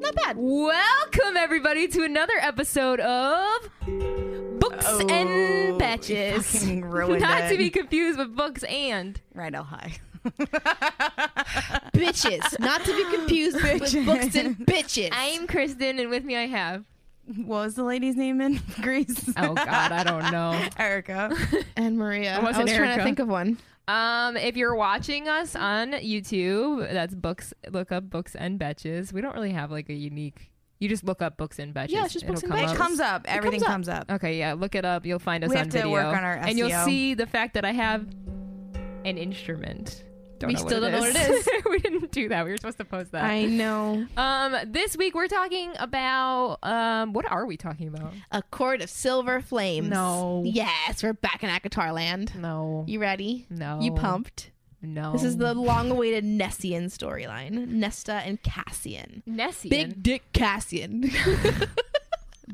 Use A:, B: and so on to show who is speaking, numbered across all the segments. A: that bad.
B: Welcome, everybody, to another episode of Books
A: Oh,
B: and
A: you
B: Batches.
A: fucking ruined
B: Not to
A: it.
B: be confused with Books and.
A: Right, I'll high.
C: bitches. Not to be confused with books and bitches.
B: I'm Kristen, and with me I have.
A: What was the lady's name in Greece?
B: Oh, God, I don't know.
A: Erica.
C: and Maria. I, was
B: wasn't
C: trying
B: Erica.
C: to think of one.
B: Um, if you're watching us on YouTube, that's Books. Look up Books and Batches. We don't really have like a unique. You just look up Books and Batches.
C: Yeah, it's just Books and
B: come
C: Batches.
A: It
B: up.
A: comes up. Everything comes
C: comes
A: up.
B: Okay, yeah, look it up. You'll find us
A: We
B: on
A: have to
B: video,
A: work on our
B: and you'll
A: SEO.
B: see the fact that I have an instrument. Don't
C: We
B: know
C: still
B: what
C: don't know
B: it
C: what it
B: is. we didn't do that. We were supposed to post that.
C: I know.
B: um, this week we're talking about um, what are we talking about?
C: A Court of Silver Flames.
B: No.
C: Yes, we're back in Akatar land.
B: No,
C: You ready?
B: no,
C: You pumped?
B: No,
C: This is the long-awaited Nessian storyline. Nesta and Cassian.
B: Nessie.
C: Big Dick Cassian.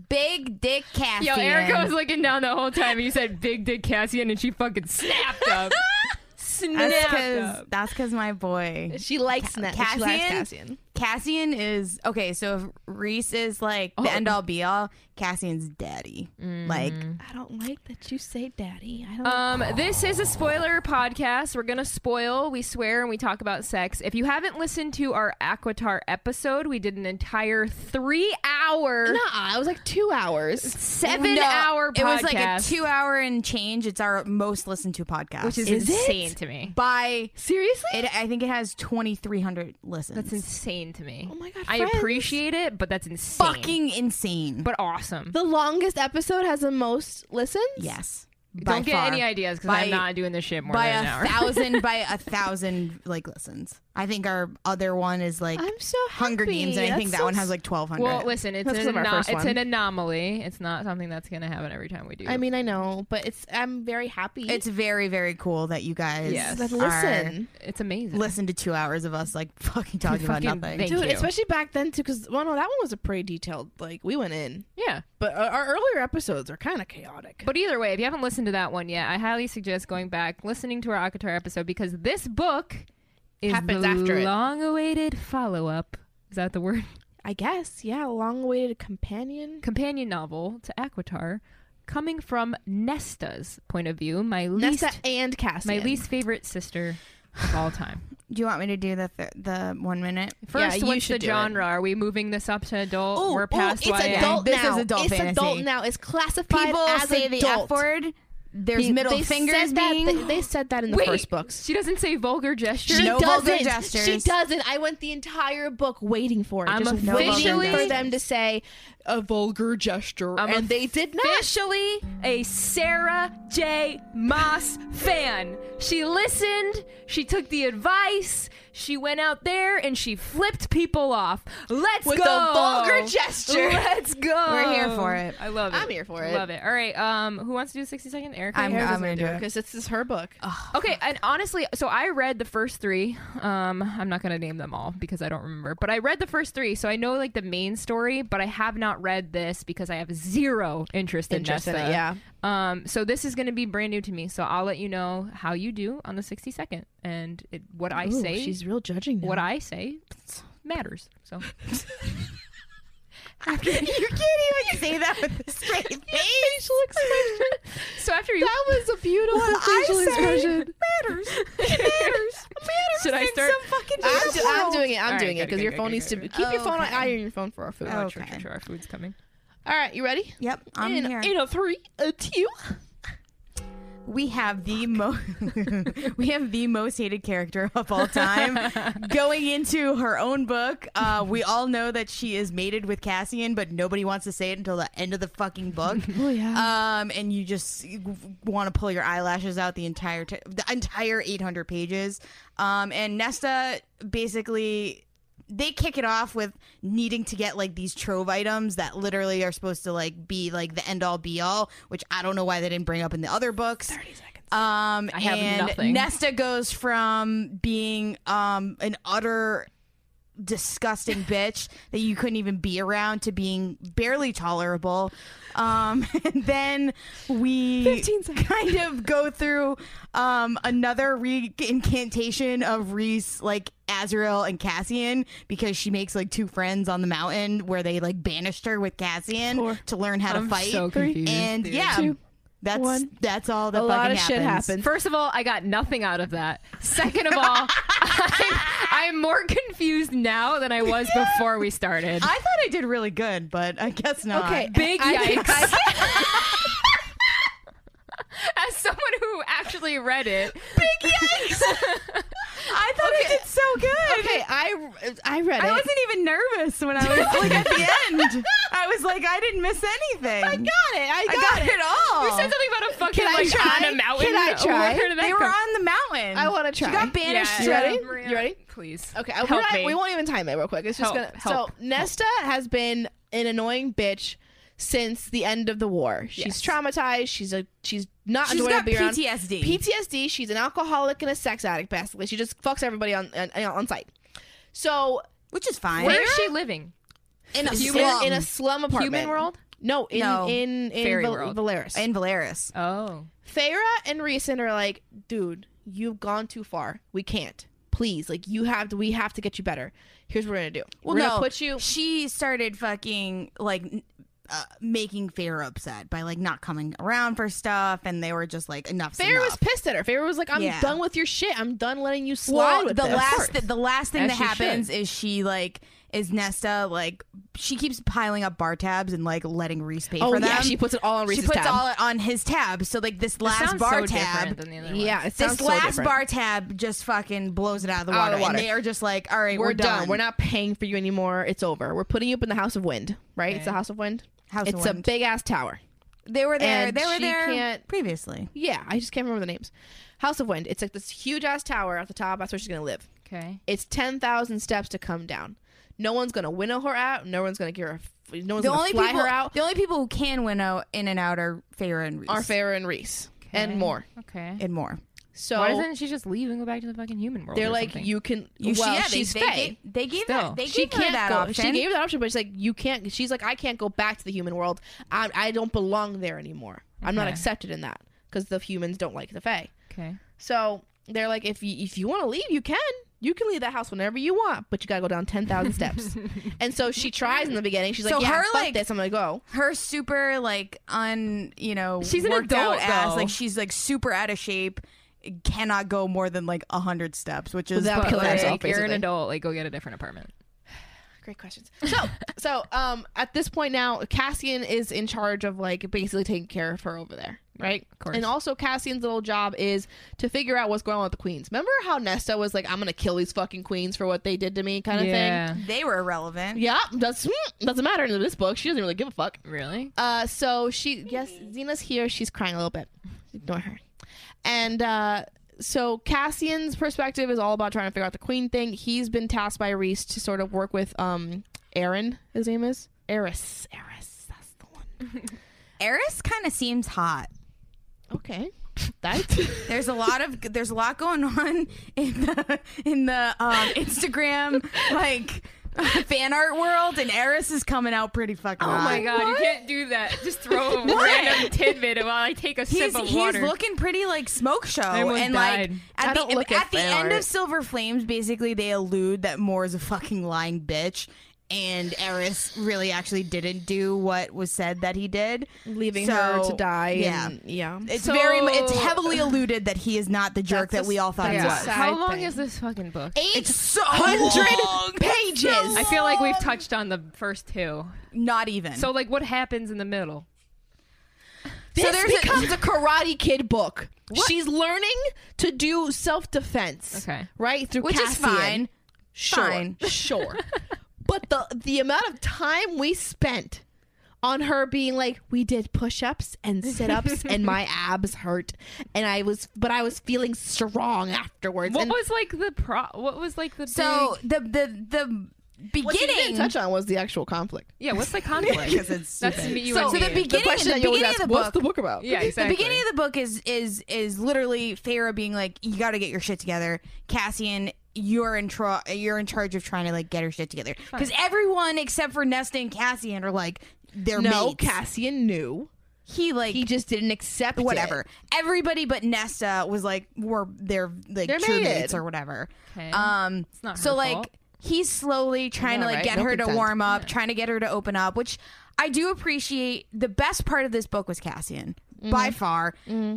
A: Big Dick Cassian.
B: Yo, Erica was looking down the whole time, and you said "Big Dick Cassian," and she fucking snapped up.
A: That's
B: snapped
A: because
B: up.
A: that's because my boy
C: she likes Nesta. Cassian. She likes
A: Cassian?
C: Cassian.
A: Cassian is okay. So if Reese is like the
B: Oh.
A: end all be all, Cassian's daddy.
B: Mm-hmm.
A: Like
C: I don't like that you say daddy. I don't
B: Um, this is a spoiler podcast. We're gonna spoil. We swear and we talk about sex. If you haven't listened to our Aquatar episode, we did an entire three-hour,
C: Nah, it was like two hours.
A: No,
B: seven-hour podcast.
A: It was like a two-hour and change. It's our most listened to podcast.
B: which is,
C: Is it?
B: insane to me.
A: by
C: Seriously?
A: it. I think it has twenty-three hundred listens.
B: That's insane to me.
C: Oh my God,
B: I
C: friends.
B: appreciate it, but that's insane.
A: fucking insane.
B: but awesome.
C: The longest episode has the most listens?
A: yes,
B: Don't get any ideas because
A: By-
B: I'm not doing this shit more
A: by
B: than an
A: a
B: hour.
A: thousand by a thousand like listens. I think our other one is like
C: I'm so happy.
A: Hunger Games, and I think that
C: That's so
A: one has like twelve hundred.
B: Well, listen, it's,
C: That's
B: an,
C: 'cause I'm our
B: ano-
C: first
B: it's
C: one.
B: an anomaly. It's not something that's going to happen every time we do.
C: I mean, I know, but it's I'm very happy.
A: it's very very cool that you guys
B: Yes.
C: that
A: are-
C: listen,
B: it's amazing.
A: listen to two hours of us like fucking talking about
B: Fucking
A: nothing.
B: thank
C: dude.
B: you.
C: Especially back then too, because well, no, that one was a pretty detailed. Like we went in,
B: yeah.
C: but our, our earlier episodes are kind of chaotic.
B: But either way, if you haven't listened to that one yet, I highly suggest going back, listening to our Akatar episode because this book is
C: Happens
B: the
C: after it.
B: long-awaited follow-up. Is that the word?
C: I guess, yeah, long-awaited companion.
B: Companion novel to Aquatar, coming from Nesta's point of view, my least
C: Nesta and Cassian.
B: my least favorite sister of all time.
A: Do you want me to do the th- the one minute?
B: First,
C: you
B: what's
C: should
B: the
C: do it.
B: genre? Are we moving this up to adult?
C: Ooh,
B: We're
C: ooh,
B: past
C: it's
B: YA.
C: adult
A: This is
C: now.
A: adult
C: it's adult
A: fantasy.
C: now. It's classified
A: People
C: as
A: say the
C: adult.
A: F word. There's
C: They-
A: middle
C: they
A: fingers
C: said that-
A: being.
C: they, they said that in the
B: Wait,
C: first books.
B: She doesn't say vulgar gestures.
C: She
A: No vulgar
C: doesn't. She
A: gestures.
C: doesn't. I went the entire book waiting for it.
B: I'm
C: just waiting
B: officially-
C: for them to say a vulgar gesture,
B: I'm
C: and they did not.
B: officially a Sarah J. Moss fan. She listened, she took the advice, she went out there and she flipped people off. Let's
C: With
B: go.
C: a vulgar gesture.
B: Let's go.
A: We're here for it.
B: I love it.
C: I'm here for it.
B: Love it. All right. Um, who wants to do 60 second? Erica.
A: I'm,
B: Erica's
A: I'm
B: gonna
A: gonna do it.
C: Because this is her book.
B: Okay, and honestly, so I read the first three. Um, I'm not gonna name them all because I don't remember, but I read the first three, so I know like the main story, but I have not read this because I have zero interest,
C: Interest
B: in
C: in
B: Nesta.
C: it, yeah.
B: Um, so this is gonna be brand new to me, so I'll let you know how you do on the 62nd, and it, what I
C: Ooh,
B: say,
C: she's real judging. Now.
B: what I say matters. So
A: you can't even say that with a straight face.
B: so after you,
C: that was a beautiful
A: What I
C: facial
A: say
C: expression.
A: matters. It matters. Matters.
B: Should I
A: in
B: start-
A: Some fucking
C: I'm, do-
A: Oh.
C: I'm doing it. I'm
B: All right,
C: doing it
B: good,
C: because
B: good,
C: your
B: good,
C: phone
B: good,
C: needs to
B: good,
C: be. Keep your phone on
A: Okay.
C: eye on your phone for our food.
A: Oh.
B: Sure, sure,
A: Okay.
B: sure, our food's coming.
C: All right, you ready?
A: Yep, I'm
C: in,
A: here.
C: in a three, a two.
A: we have the most we have the most hated character of all time going into her own book. Uh, we all know that she is mated with Cassian, but nobody wants to say it until the end of the fucking book.
C: Oh yeah.
A: Um, and you just want to pull your eyelashes out the entire t- the entire 800 pages. Um, and Nesta basically they kick it off with needing to get like these trove items that literally are supposed to like be like the end all be all, which I don't know why they didn't bring up in the other books.
C: Thirty seconds.
A: Um,
B: I have
A: and
B: nothing.
A: Nesta goes from being um an utter disgusting bitch that you couldn't even be around to being barely tolerable. Um, and then we
C: 15 seconds.
A: kind of go through um, another reincantation of Reese, like Azrael and Cassian, because she makes like two friends on the mountain where they like banished her with Cassian
C: Four.
A: to learn how to
B: I'm
A: fight.
B: so confused.
A: and
B: dude.
A: yeah,
C: Two.
A: that's
C: One.
A: that's all that
C: A
A: fucking
C: lot of shit happened.
B: First of all, I got nothing out of that. Second of all, I'm, I'm more confused now than I was before we started.
A: I thought I did really good, but I guess not.
C: Okay.
B: Big
C: I-
B: yikes. As someone who actually read it,
A: I thought I did so good.
C: Okay, I I read
A: I
C: it.
A: wasn't even nervous when I was like at the end. I was like, I didn't miss anything. I
C: got it. I
A: I
C: got,
A: got it all.
B: you said something about a fucking
C: Can I
B: like
C: try?
B: on a mountain.
C: Can I try?
B: Where did that
A: They were
B: come-
A: on the mountain.
C: I wanna
A: She
C: try.
A: got banished.
B: Yeah,
C: You ready?
B: yeah, Maria,
C: You ready?
B: Please.
C: Okay, I, we're
B: Help
C: not-
B: me.
C: we won't even time it real quick. It's just
B: Help,
C: gonna.
B: help,
C: so Nesta has been an annoying bitch since the end of the war. She's
B: Yes.
C: traumatized. She's a she's not
A: She's
C: enjoying
A: got
C: to be around.
A: PTSD.
C: PTSD. She's an alcoholic and a sex addict. Basically, she just fucks everybody on on, on site. So
A: which is fine.
B: Where is she living?
A: In a
C: in,
A: slum.
C: in a slum apartment.
B: Human world?
C: No, in
A: No.
C: in in,
B: Fairy
C: Val-
B: world.
C: Valeris.
A: in Valeris.
B: Oh.
C: Feyre and Reeson are like, dude, you've gone too far. We can't. Please, like you have to. We have to get you better. Here's what we're gonna do.
A: Well,
C: we're
A: no,
C: gonna put you.
A: She started fucking like n- uh, making Fair upset by like not coming around for stuff, and they were just like, enough's enough.
C: Fair was pissed at her. Fair was like, "I'm
A: Yeah.
C: done with your shit. I'm done letting you slide
A: well,
C: with
A: the
C: this."
A: last the last thing
B: As
A: that
B: she
A: happens is she like is Nesta like she keeps piling up bar tabs and like letting Reese pay
C: oh
A: for them.
C: yeah, she puts it all on
A: She
C: Reese's
A: puts
C: tab.
A: all on his tab. So like this
B: This
A: last
B: sounds
A: bar
B: so
A: tab.
B: different than the other one.
C: yeah, it
A: This
C: sounds so
A: last
C: different.
A: bar tab just fucking blows it out of the water,
C: Out of the water.
A: and they are just like, "All right,
C: We're,
A: we're
C: done. We're not paying for you anymore. It's over. We're putting you up in the House of Wind, right? It's
B: Okay.
C: the House of Wind.
A: House of
C: it's a
A: Wind.
C: big ass tower.
A: They were there.
C: And
A: They were
C: she
A: there
C: can't-
A: previously.
C: Yeah, I just can't remember the names. House of Wind. It's like this huge ass tower at the top. That's where she's gonna live.
B: Okay.
C: It's ten thousand steps to come down. No one's gonna winnow her out. No one's gonna give her. a f- No one's
A: The
C: gonna
A: only
C: fly
A: people,
C: her out.
A: the only people who can winnow in and out are Feyre and Reese,
C: Are Farrah and Reese and more.
B: Okay.
A: and more.
C: So
B: Why doesn't she just leave and go back to the fucking human world?
C: they're
B: or
C: like,
B: something?
C: you can.
A: You
C: well,
A: yeah, they-
C: she's
A: they,
C: Faye.
A: gave- They, gave
B: Still.
A: that. They
C: she
A: gave her
C: can't
A: that
C: go.
A: option.
C: She gave her that option, but she's like, you can't. She's like, I can't go back to the human world. I, I don't belong there anymore. I'm not
B: Okay.
C: accepted in that because the humans don't like the Fae.
B: Okay.
C: So they're like, if you if you want to leave, you can. You can leave that house whenever you want, but you gotta go down ten thousand steps. And so she tries in the beginning. She's like,
A: So
C: yeah,
A: her,
C: fuck
A: like-
C: this. I'm gonna go.
A: her super like un you know
B: She's an
A: worked
B: adult,
A: out ass
B: though.
A: like she's like super out of shape cannot go more than like 100 steps which is
C: Without
B: But,
C: killing
B: like,
C: herself,
B: You're an
C: basically.
B: adult. Like, go get a different apartment.
C: Great questions. So so um at this point now, Cassian is in charge of like basically taking care of her over there, right?
B: Of course.
C: And also Cassian's little job is to figure out what's going on with the queens. Remember how Nesta was like, I'm gonna kill these fucking queens for what they did to me, kind of
B: yeah.
A: they were irrelevant
C: thing. Yeah, that's hmm, doesn't matter in this book. She doesn't really give a fuck.
B: Really?
C: Uh, so she, yes, Xena's here. She's crying a little bit. Ignore her. And uh, so Cassian's perspective is all about trying to figure out the queen thing. He's been tasked by Reese to sort of work with um Aaron. His name is Eris. Eris, that's the one.
A: eris kind of seems hot
C: Okay, that's
A: there's a lot of there's a lot going on in the in the um, instagram like fan art world and eris is coming out pretty fucking
B: Oh my god, you can't do that. Just throw a random tidbit while I take a
A: He's,
B: sip of
A: he's
B: water.
A: looking pretty like smoke show
B: almost
A: and like
B: died.
A: at
C: I don't
A: the,
C: look
A: at
C: at
A: the
C: fan
A: end
C: art.
A: of Silver Flames basically they allude that Moore is a fucking lying bitch and Eris really actually didn't do what was said that he did
C: leaving
A: So,
C: her to die.
A: yeah.
C: and, yeah.
A: it's
B: So-
A: very it's heavily alluded that he is not the jerk
C: That's
A: that
C: a-
A: we all thought he
C: that's a
A: was
C: sad
B: How long
C: thing.
B: is this fucking book?
A: it's so long.
C: Hundred pages.
B: I feel like we've touched on the first two.
A: not even
B: So like what happens in the middle?
C: This
A: So there's a-
C: becomes a, Karate Kid book. She's learning to do self defense.
B: Okay.
C: Right through
A: which is
C: Cassian.
A: fine
C: Sure,
A: fine.
C: sure. but the the amount of time we spent on her being like, we did push ups and sit ups, and my abs hurt, and I was, but I was feeling strong afterwards.
B: What
C: and
B: was like the pro what was like the
A: so
B: big-
A: the the the
C: what you didn't
A: beginning
C: touch on was the actual conflict.
B: Yeah, what's the conflict?
A: because it's
B: That's
A: stupid.
B: me you
A: so,
B: and
A: so the
B: me.
A: beginning the,
C: question that you always
A: beginning of
C: ask,
A: the
C: what's
A: book
C: the book about?
B: Yeah, exactly.
A: The beginning of the book is is is literally Farah being like, "You got to get your shit together." Cassian you're in tra- you're in charge of trying to like get her shit together because everyone except for Nesta and Cassian are like they're
C: no,
A: mates.
C: Cassian knew.
A: he like
C: He just didn't accept it.
A: whatever. Everybody but Nesta was like were their like
C: They're
A: true
C: mated.
A: mates or whatever.
B: Okay.
A: Um
B: It's not her
A: so like
B: fault.
A: he's slowly trying
C: know,
A: to like
C: right?
A: get
C: No
A: her to
C: consent.
A: warm up, trying to get her to open up, which I do appreciate. The best part of this book was Cassian.
C: Mm-hmm.
A: By far,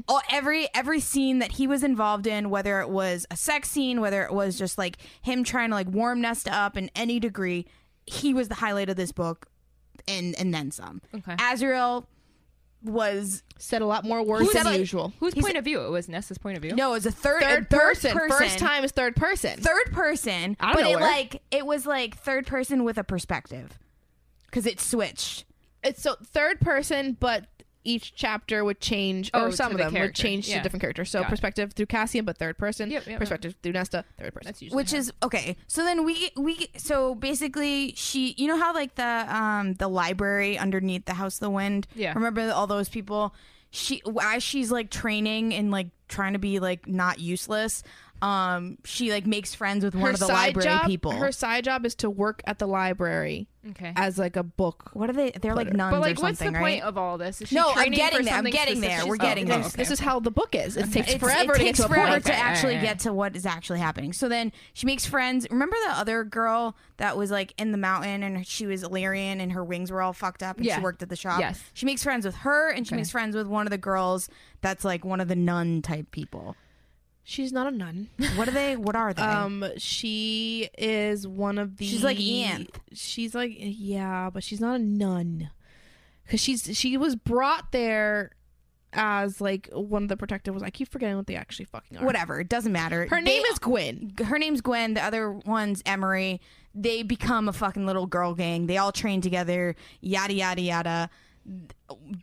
A: all, every every scene that he was involved in, whether it was a sex scene, whether it was just like him trying to like warm Nesta up in any degree, he was the highlight of this book, and and then some.
B: Okay.
A: Azrael was
C: Said a lot more words
A: Said,
C: than
A: like-
C: usual.
B: Whose
A: he's-
B: point of view? It was Nessa's point of view.
A: No, it was a third
C: Third,
A: a
C: person. First time is third person.
A: Third person,
C: Out of
A: but it
C: nowhere.
A: like it was like third person with a perspective because it switched.
C: it's so third person, but each chapter would change,
B: Oh,
C: or some
B: to the
C: of them would
B: character.
C: change to
B: Yeah.
C: a different character. So
B: Got it.
C: perspective through Cassian, but third person.
B: Yep, yep,
C: perspective through Nesta, third person.
B: That's usually
A: Which is okay. So then we we so basically she you know how like the um the library underneath the House of the Wind.
B: Yeah.
A: Remember all those people? She as she's like training and like trying to be like not useless. Um, she like makes friends with one of the library
C: job,
A: people.
C: Her side job is to work at the library
B: okay.
C: as like a book.
A: what are they? They're like
C: But
A: nuns
B: But
A: or
B: like,
A: something,
B: what's the
A: right?
B: point of all this? Is she
A: No, I'm
B: training
A: getting
B: for
A: there. I'm
B: something
A: getting
B: specific?
A: there. We're
B: She's-
A: getting
B: oh,
A: there.
B: okay.
C: This is how the book is. It takes
A: It's-
C: forever
A: it
C: to
A: takes
C: get to a
A: forever
C: point.
A: to actually
B: alright.
A: get to what is actually happening. So then she makes friends. Remember the other girl that was like in the mountain and she was Illyrian and her wings were all fucked up and
B: Yeah.
A: she worked at the shop.
B: Yes.
A: She makes friends with her and she makes friends with one of the girls that's like one of the nun type people.
C: She's not a nun.
A: What are they? What are they?
C: Um, she is one of the.
A: She's like Ian.
C: She's like yeah, but she's not a nun, because she's she was brought there as like one of the protective was. I keep forgetting what they actually fucking are.
A: Whatever. It doesn't matter.
C: Her name
A: They-
C: is Gwen.
A: her name's Gwen. The other one's Emery. They become a fucking little girl gang. They all train together. Yada yada yada.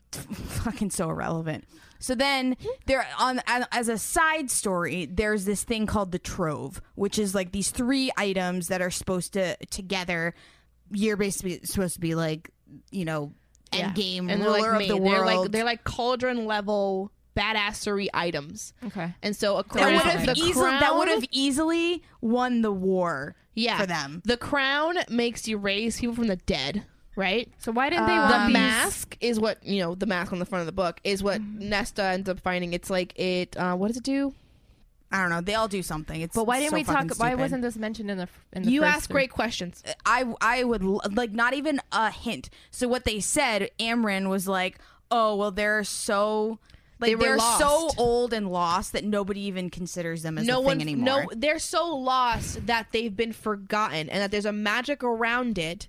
A: fucking so irrelevant. So then there on as a side story, there's this thing called the Trove, which is like these three items that are supposed to together. You're basically supposed to be like, you know, end game
C: And they're,
A: ruler of
C: like,
A: the
C: made- They're
A: world.
C: like they're like cauldron level badassery items.
B: Okay.
C: And so a crown,
A: that would have
C: the
A: easily that
C: crown-
A: would have easily won the war
C: yeah,
A: for them.
C: The crown makes you raise people from the dead, right?
B: So why didn't they
A: Uh,
B: want these?
C: the Um, mask is what you know. The mask on the front of the book is what
A: Mm-hmm.
C: Nesta ends up finding. It's like it. Uh, what does it do?
A: I don't know. They all do something. It's
B: But why didn't
A: so
B: we talk?
A: fucking
B: Why
A: stupid.
B: wasn't this mentioned in the? f- In the
C: You
B: first
C: ask great questions.
A: I I would l- like not even a hint. So what they said, Amryn was like, "Oh well, they're so like
C: They were
A: are so
C: lost.
A: old and lost that nobody even considers them as
C: No
A: a
C: one.
A: thing anymore."
C: No, they're so lost that they've been forgotten, and that there's a magic around it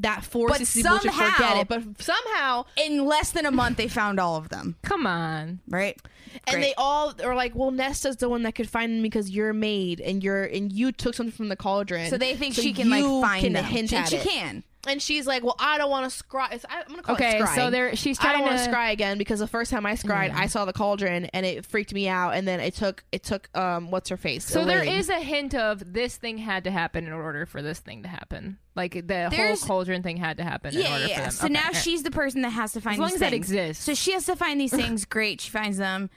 C: that forces
A: But
C: people to forget
A: somehow-
C: it. But somehow,
A: In less than a month, they found all of them.
B: Come on.
A: Right?
C: and
A: Great.
C: they all are like, "Well, Nesta's the one that could find them because you're made, and you're and you took something from the cauldron."
A: so they think she can like
C: you
A: find
C: can
A: them,
C: hint
A: and
C: at
A: she
C: it.
A: can.
C: And she's like, "Well, I don't want to scry. it's- I, I'm gonna call
B: Okay.
C: it scry."
B: So there, she's
C: I
B: trying
C: don't want
B: to
C: to scry again because the first time I scried, I saw the cauldron and it freaked me out. And then it took it took um what's her face.
B: So there
C: Elaine.
B: is a hint of this thing had to happen in order for this thing to happen. Like the
A: There's-
B: whole cauldron thing had to happen in
A: Yeah,
B: order
A: yeah.
B: for
A: yeah.
B: them.
A: So
B: Okay,
A: now
B: all right.
A: she's the person that has to find
B: As long
A: these
B: as that
A: things.
B: exists.
A: So she has to find these things. Great, she finds them.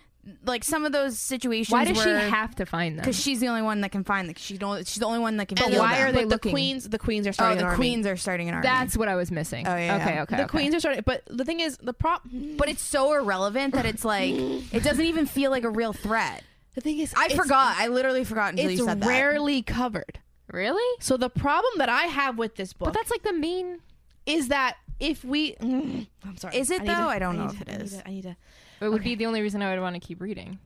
A: Like some of those situations.
B: Why does she
A: where-
B: have to find them?
A: Because she's the only one that can find. Like she don't. She's the only one that can.
C: And
A: kill
B: why
A: them.
B: are they
C: but the
B: looking?
C: queens? The queens are
A: Oh,
C: starting.
A: the
C: an army.
A: queens are starting an army.
B: That's what I was missing.
A: Oh, yeah,
B: Okay.
A: yeah.
B: Okay.
C: The
B: okay.
C: queens are starting. But the thing is, the prop.
A: but it's so irrelevant that it's like it doesn't even feel like a real threat.
C: the thing is,
A: I
C: it's-
A: forgot. I literally forgot until
C: It's
A: you said
C: rarely covered.
B: Really?
C: So the problem that I have with this book
B: But that's like the main.
C: is that if we, Mm, I'm sorry,
A: Is it
C: need to-
A: though? I don't know
C: need
A: if it
C: to- I need
A: is.
C: to- I need to.
B: It would be the only reason I would want to keep reading.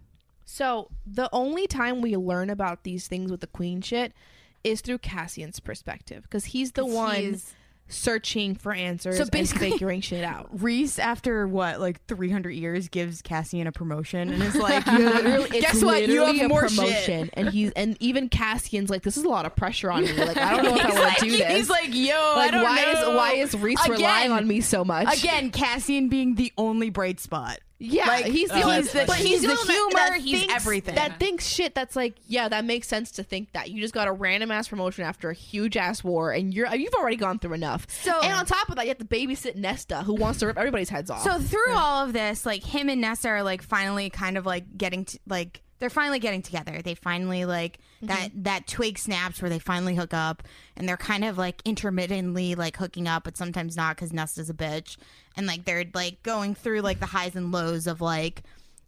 C: So the only time we learn about these things with the queen shit is through Cassian's perspective because he's the
A: that.
C: one
A: He's-
C: searching for answers
A: So
C: so
A: basically-
C: basically, and figuring shit out.
A: Reese, after what, like 300 years, gives Cassian a promotion and is like, guess what? You
C: literally
A: have
C: a
A: more shit.
C: promotion, and he's and even Cassian's like, this is a lot of pressure on me. Like, I don't know if I
A: He's
C: want
A: like-
C: to do this.
A: He's like, yo, I
C: Like,
A: don't
C: why
A: know.
C: is why is Reese
A: Again.
C: relying on me so much?
A: Again, Cassian being the only bright spot.
C: yeah,
A: like,
C: he's the
A: he's
C: only-
A: the-
C: but
A: he's the
C: only
A: humor,
C: one
A: he's
C: thinks-
A: everything.
C: That thinks shit. That's like, yeah, that makes sense to think that you just got a random ass promotion after a huge ass war, and you're you've already gone through enough.
A: So-
C: and on top of that, you have to babysit Nesta, who wants to rip everybody's heads off.
A: So through all of this, like him and Nessa are like finally kind of like getting to like they're finally getting together. They finally like that that twig snaps where they finally hook up, and they're kind of like intermittently like hooking up, but sometimes not because Nesta's a bitch, and like they're like going through like the highs and lows of like,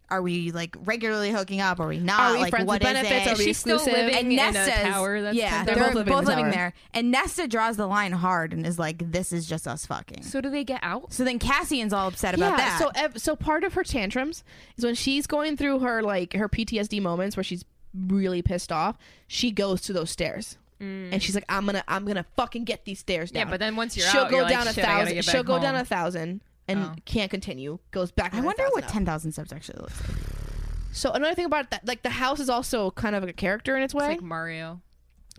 A: are we like regularly hooking up? Are we not?
C: Are we
A: like,
C: friends
A: what
C: with
A: is
C: benefits?
A: it?
C: Are we
B: She's still
C: exclusive?
B: living-
A: and
B: in a
A: Nesta's
B: tower that's
A: yeah,
B: been-
A: they're, both, living,
C: in a tower.
A: there, and Nesta draws the line hard and is like, "This is just us fucking."
B: So do they get out?
A: So then Cassian's all upset about that.
C: So ev- so part of her tantrums is when she's going through her like her PTSD moments where she's really pissed off. She goes to those stairs. And she's like, I'm gonna, I'm gonna fucking get these stairs
B: Yeah,
C: down.
B: but then once you're
C: she'll
B: out,
C: go
B: you're like,
C: down
B: "Shit,
C: a
B: I gotta
C: thousand.
B: get
C: She'll
B: back
C: go down
B: home."
C: a thousand and
B: Oh.
C: can't continue. Goes back.
A: I wonder what
C: ten.
A: ten thousand steps actually looks like.
C: So another thing about that, like the house is also kind of a character in its
B: It's
C: way.
B: like Mario.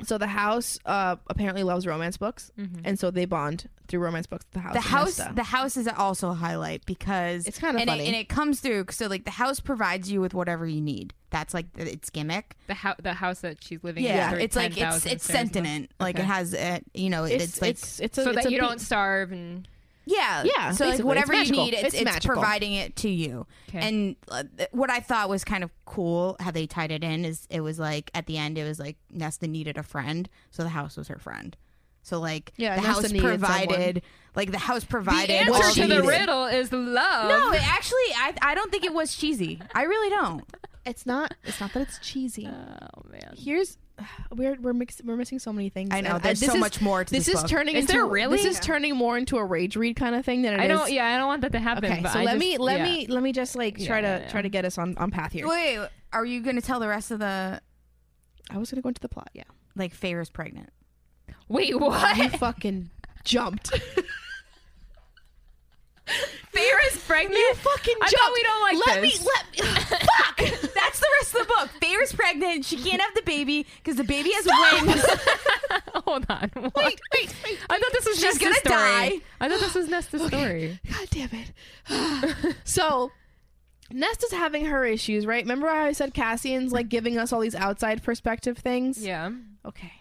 C: so the house uh, apparently loves romance books, and so they bond through romance books. Mm-hmm. The
A: the
C: house. and
A: house
C: Nesta.
A: the house is also a highlight because
C: It's kind of
A: and
C: funny.
A: it, and it comes through so like the house provides you with whatever you need that's like th- its gimmick
B: The, ho- the house that she's living in.
A: yeah
B: through
A: it's like it's
B: 10,000
A: it's
B: stairs above.
A: sentient like it
B: Okay.
A: has a, you know
C: it's
A: it's, like
C: it's, it's a,
B: so
C: it's
B: that
C: a
B: you
C: pe-
B: don't starve and
A: yeah
C: Yeah,
A: so like
C: basically,
A: whatever
C: it's
A: you
C: magical.
A: need it's,
C: It's
A: it's,
C: magical.
A: providing it to you
B: 'Kay.
A: and uh, th- what i thought was kind of cool how they tied it in is it was like at the end it was like nesta needed a friend so the house was her friend so like
C: Yeah,
A: the
C: Nesta
A: house
C: needed someone.
A: provided like the house provided
B: the
A: all
B: answer
A: she
B: to the
A: needed.
B: riddle is love.
A: No, it actually, I, I don't think it was cheesy. I really don't.
C: It's not. It's not that it's cheesy.
B: Oh man.
C: Here's we're we're, mix, we're missing so many things.
A: I know,
C: And
A: there's
C: this
A: so
C: is-
A: much more to
C: this.
A: Uh, this
C: is
A: book.
C: turning
B: Is
C: into
B: there really?
C: this is turning more into a rage read kind of thing than it is.
B: I don't. Yeah, I don't want that to happen.
C: Okay,
B: but
C: so
B: I
C: let
B: just-
C: me let
B: yeah.
C: me let me just like
B: Yeah,
C: try to
B: yeah, yeah.
C: try to get us on on path here.
A: Wait, are you going to tell the rest of the
C: I was gonna go into the plot. Yeah,
A: like Feyre's pregnant?
B: Wait, what?
C: you fucking jumped.
B: Feyre's pregnant.
C: You fucking
B: I
C: jumped.
B: thought we don't like
C: let
B: this.
C: me let me
A: Fuck! That's the rest of the book. Feyre's pregnant. She can't have the baby because the baby has wings.
B: Hold on. What?
C: wait, wait, wait.
B: I thought this was
A: She's
B: Nesta's
A: gonna
B: story.
A: die.
B: I thought this was Nesta's story.
C: God damn it. so Nesta's having her issues, right? Remember how I said Cassian's like giving us all these outside perspective things?
B: Yeah.
C: Okay.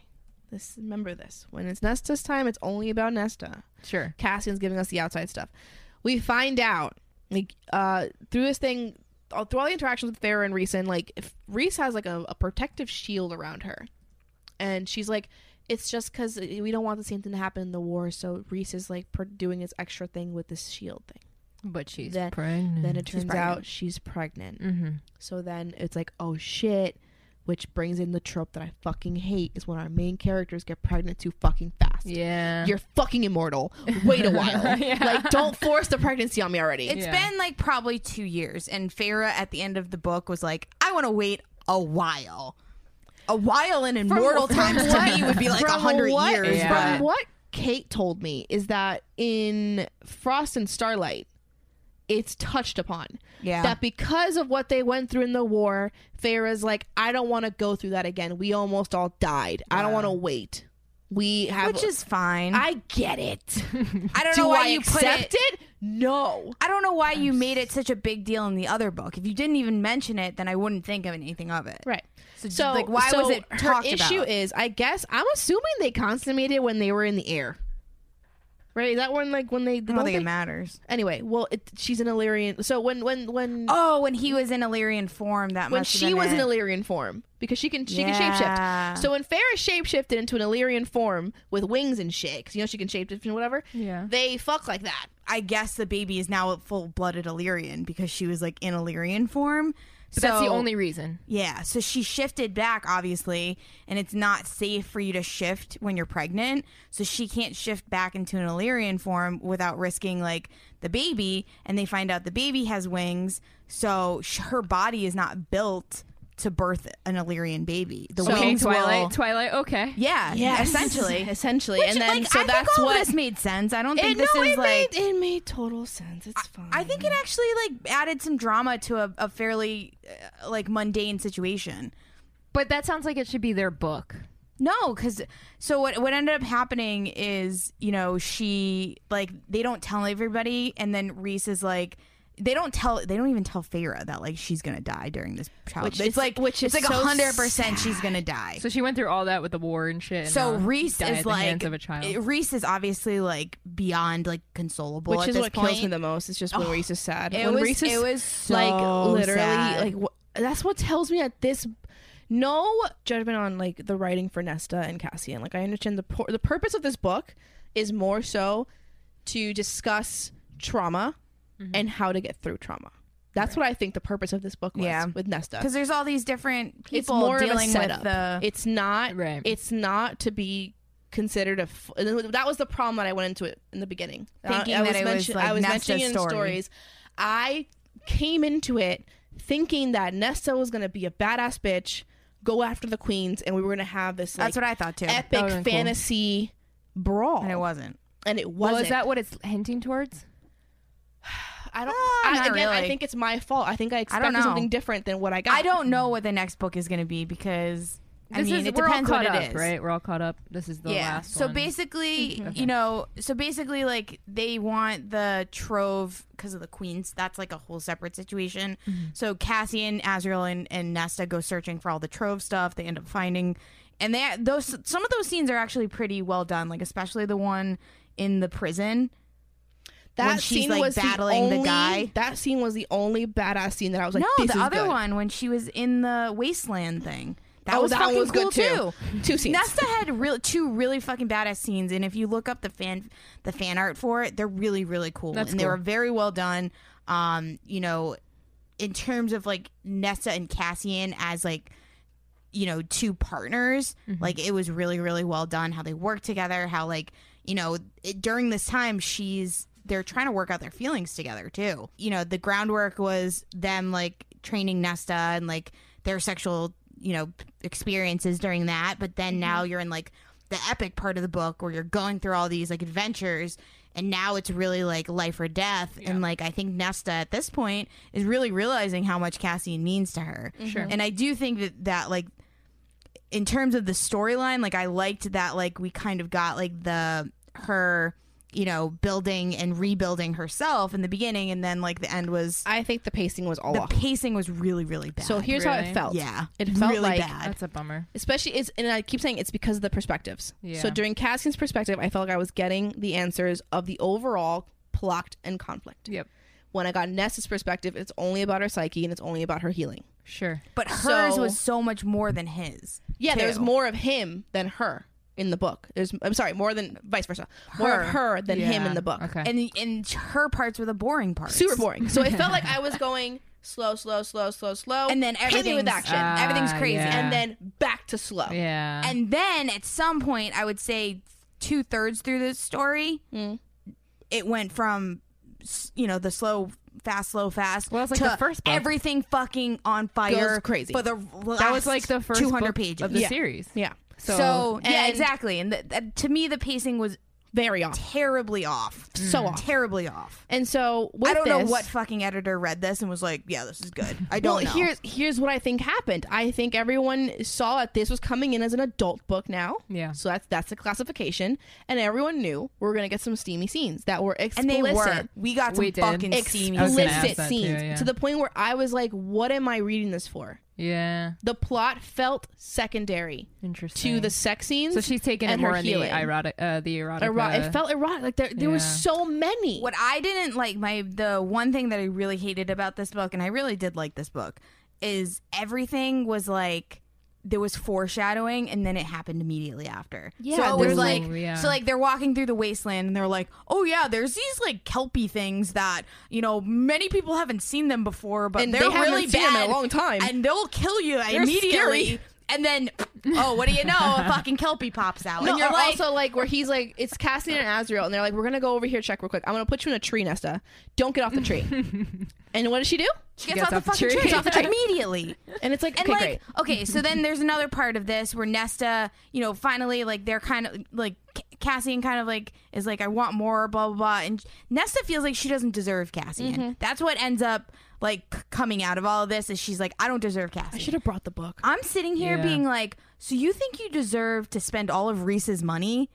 C: This remember this. When it's Nesta's time, it's only about Nesta.
B: Sure.
C: Cassian's giving us the outside stuff. We find out like uh through this thing all- through all the interactions with Farrah and Reese and like if Reese has like a, a protective shield around her. And she's like it's just cuz we don't want the same thing to happen in the war, so Reese is like pr- doing his extra thing with this shield thing.
B: But Mm. she's
C: Then-
B: pregnant.
C: Then it turns
A: pregnant.
C: out she's pregnant.
B: mm-hmm.
C: So then it's like, oh shit, which brings in the trope that I fucking hate is when our main characters get pregnant too fucking fast.
B: Yeah.
C: You're fucking immortal. Wait a while.
B: Yeah.
C: Like, don't force the pregnancy on me already.
A: It's
B: Yeah.
A: been like probably two years, and Feyre at the end of the book was like, I want to wait a while. A while in immortal
C: from
A: times
C: what-
A: to me would be like a
C: from
A: hundred
C: what-
A: years.
B: Yeah.
C: From
A: But
C: what Kate told me is that in Frost and Starlight, it's touched upon.
A: Yeah.
C: That because of what they went through in the war, Farah's like, I don't want to go through that again. We almost all died. I don't want to wait. We have
A: which is fine. I,
C: I get it.
A: don't
C: Do
A: know why
C: I
A: you put it
C: accept it? No.
A: I don't know why you made it such a big deal in the other book. If you didn't even mention it, then I wouldn't think of anything of it.
C: Right.
A: So,
C: So
A: like, why
C: so
A: was it
C: her
A: talked
C: issue
A: about?
C: is, I guess I'm assuming they consummated when they were in the air. Right? Is that when like when they
A: I
C: don't
A: don't think
C: they-
A: it matters.
C: Anyway, well, it, she's an Illyrian. So when when when
A: Oh, when he was in Illyrian form, that
C: when
A: must have
C: she
A: been
C: was in
A: it.
C: Illyrian form because she can she
A: Yeah.
C: can shapeshift. So when Farah shapeshifted into an Illyrian form with wings and shit, because you know she can shapeshift and whatever.
B: Yeah.
C: They fuck like that.
A: I guess the baby is now a full-blooded Illyrian because she was like in Illyrian form.
B: But that's the only reason.
A: Yeah, so she shifted back, obviously, and it's not safe for you to shift when you're pregnant. So she can't shift back into an Illyrian form without risking, like, the baby. And they find out the baby has wings, so sh- her body is not built to birth an Illyrian baby. The
B: okay,
A: wings
B: Twilight.
A: will.
B: Twilight. Okay.
A: yeah, essentially.
C: essentially,
A: Which,
C: and then
A: like,
C: so
A: I
C: that's
A: think all
C: what
A: of this made sense. I don't think
C: It-
A: this
C: no,
A: is
C: it
A: like
C: made, it made total sense. It's fine.
A: I think it actually like added some drama to a, a fairly uh, like mundane situation.
B: But that sounds like it should be their book.
A: No, because so what what ended up happening is you know she like they don't tell everybody, and then Reese is like they don't tell they don't even tell Feyre that like she's gonna die during this child.
C: Which
A: it's
C: is-
A: like
C: which
A: it's
C: is
A: like
C: so
A: hundred percent she's gonna die.
B: So she went through all that with the war and shit. and
A: So
B: how
A: Reese
B: die at
A: is
B: the
A: like
B: hands of a child.
A: Reese is obviously like beyond like consolable,
C: which
A: at
C: is
A: this
C: what
A: point.
C: Oh, kills me the most. It's just when Reese is sad.
A: It
C: when
A: was
C: Reese is
A: it was so
C: like literally
A: sad.
C: like wh- that's what tells me that this no judgment on like the writing for Nesta and Cassian. Like I understand the por- the purpose of this book is more so to discuss trauma and how to get through trauma. That's what I think the purpose of this book was
A: Yeah.
C: with Nesta.
A: because there's all these different people
C: it's more of a
A: dealing with
C: setup.
A: the
C: It's not.
B: Right.
C: It's not to be considered a. F- that was the problem that I went into it in the beginning. Uh,
A: Thinking
C: I, I
A: that
C: was
A: it was,
C: mention-
A: like,
C: I was
A: Nesta's
C: mentioning in
A: story.
C: stories. I came into it thinking that Nesta was going to be a badass bitch, go after the queens, and we were going to have this like
A: that's what I thought too,
B: That would've been
C: epic
B: cool.
C: fantasy brawl,
A: and it wasn't.
C: and it
B: Well,
C: wasn't.
B: is that what it's hinting towards?
C: I don't.
A: Ah,
C: I,
A: not
C: again, I
A: really.
C: think it's my fault. I think I expected
A: know.
C: something different than what I got.
A: I don't know what the next book is going to be because I
B: This
A: mean
B: is,
A: it
B: we're
A: depends
B: all
A: what
B: caught
A: it is,
B: up, right? We're all caught up. This is the last
A: so
B: one. Mm-hmm.
A: basically,
B: Okay.
A: you know, so basically, like they want the trove because of the queens. That's like a whole separate situation.
B: Mm-hmm.
A: So Cassian, Azrael, and, and Nesta go searching for all the trove stuff. They end up finding, and they those some of those scenes are actually pretty well done. Like especially the one in the prison.
C: That
A: when she's,
C: scene
A: like,
C: was
A: battling
C: the,
A: the
C: only-
A: guy.
C: That scene was the only badass scene that I was like,
A: no,
C: this
A: the
C: is
A: other
C: good.
A: one when she was in the wasteland thing. That
C: Oh,
A: was
C: that one
A: fucking
C: was
A: cool
C: good too. Two scenes.
A: Nesta had real two really fucking badass scenes, and if you look up the fan the fan art for it, they're really really cool,
B: That's
A: and they
B: cool.
A: were very well done. Um, you know, in terms of like Nesta and Cassian as like you know two partners, like it was really really well done how they work together, how like you know it, during this time she's they're trying to work out their feelings together too. You know, the groundwork was them like training Nesta and like their sexual you know p- experiences during that but then now you're in like the epic part of the book where you're going through all these like adventures and now it's really like life or death and like i think nesta at this point is really realizing how much cassian means to her
C: mm-hmm.
B: Sure.
A: and i do think that that like in terms of the storyline like i liked that like we kind of got like the her you know building and rebuilding herself in the beginning and then like the end was
C: I think the pacing was all
A: the
C: off.
A: pacing was really really bad
C: so here's how
B: Really?
C: it felt.
A: yeah
C: It felt
A: really
C: like-
A: bad
B: that's a bummer.
C: Especially it's and I keep saying it's because of the perspectives.
B: Yeah.
C: So during Cassian's perspective, I felt like I was getting the answers of the overall plot and conflict.
B: Yep.
C: When I got Nesta's perspective, it's only about her psyche and it's only about her healing.
B: Sure.
A: But hers
C: So-
A: was so much more than his.
C: Yeah, there's
A: too.
C: more of him than her in the book. There's I'm sorry, more than vice versa. More of her than him
B: Yeah.
C: in the book.
B: Okay.
A: And and her parts were the boring parts.
C: Super boring. So it felt like I was going slow, slow, slow, slow, slow,
A: And then
C: hit me
A: everything
C: with action,
B: Ah,
A: everything's crazy.
B: yeah.
C: and then back to slow.
B: yeah.
A: And then at some point, I would say two thirds through this story,
C: Mm.
A: it went from s- you know the slow, fast, slow, fast.
B: Well, that's like
A: to
B: the first book.
A: Everything fucking on fire,
C: Goes crazy.
A: for the last
B: that was like the first
A: two hundred
B: book
A: pages
B: of the
C: Yeah.
B: series.
C: Yeah,
A: So, yeah,
C: and-
A: exactly. And th- that to me, the pacing was
C: very off,
A: terribly off. Mm.
C: so off.
A: Terribly off.
C: And so with
A: I don't know
C: this-
A: what fucking editor read this and was like, "Yeah, this is good." I don't
C: Well,
A: know.
C: here's here's what I think happened. I think everyone saw that this was coming in as an adult book now.
B: Yeah.
C: So that's that's the classification, and everyone knew we were gonna get some steamy scenes that were
A: and
C: explicit.
A: they were. We got some
B: We did.
A: fucking steamy.
B: was gonna ask
C: Explicit
B: that too,
C: scenes
B: yeah.
C: to the point where I was like, "What am I reading this for?"
B: Yeah.
C: The plot felt secondary
B: Interesting.
C: to the sex scenes.
B: so she's taking it
C: and her
B: more in
C: healing.
B: the erotic, uh, the erotic.
C: Ero- it felt erotic. Like there, there were
B: yeah.
C: so many.
A: What I didn't like, my the one thing that I really hated about this book, and I really did like this book, is everything was like there was foreshadowing, and then it happened immediately after.
C: Yeah,
A: so it was
C: there's
A: like,
B: like- yeah.
A: so like they're walking through the wasteland, and they're like, oh yeah, there's these like kelpie things that you know many people haven't seen them before, but
C: And
A: they're
C: they haven't
A: really
C: seen
A: bad
C: them in a long time."
A: and they'll kill you immediately.
C: scary.
A: And then, oh, what do you know? A fucking kelpie pops out,
C: No,
A: and you're
C: or
A: like,
C: also like where he's like, it's Cassian and Azrael, and they're like, we're gonna go over here check real quick. I'm gonna put you in a tree, Nesta. Don't get off the tree. and what does she do?
A: she gets, off the fucking
B: tree.
A: tree,
B: Gets off the
C: tree.
A: immediately.
C: And it's like,
A: And
C: okay,
A: like,
C: great.
A: okay, so then there's another part of this where Nesta, you know, finally like they're kind of like C- Cassian kind of like is like I want more, blah blah blah, and Nesta feels like she doesn't deserve Cassian.
C: Mm-hmm.
A: That's what ends up like c- coming out of all of this is she's like I don't deserve
C: I
A: Cassian.
C: should have brought the book.
A: I'm sitting here
B: Yeah.
A: being like, so you think you deserve to spend all of Reese's money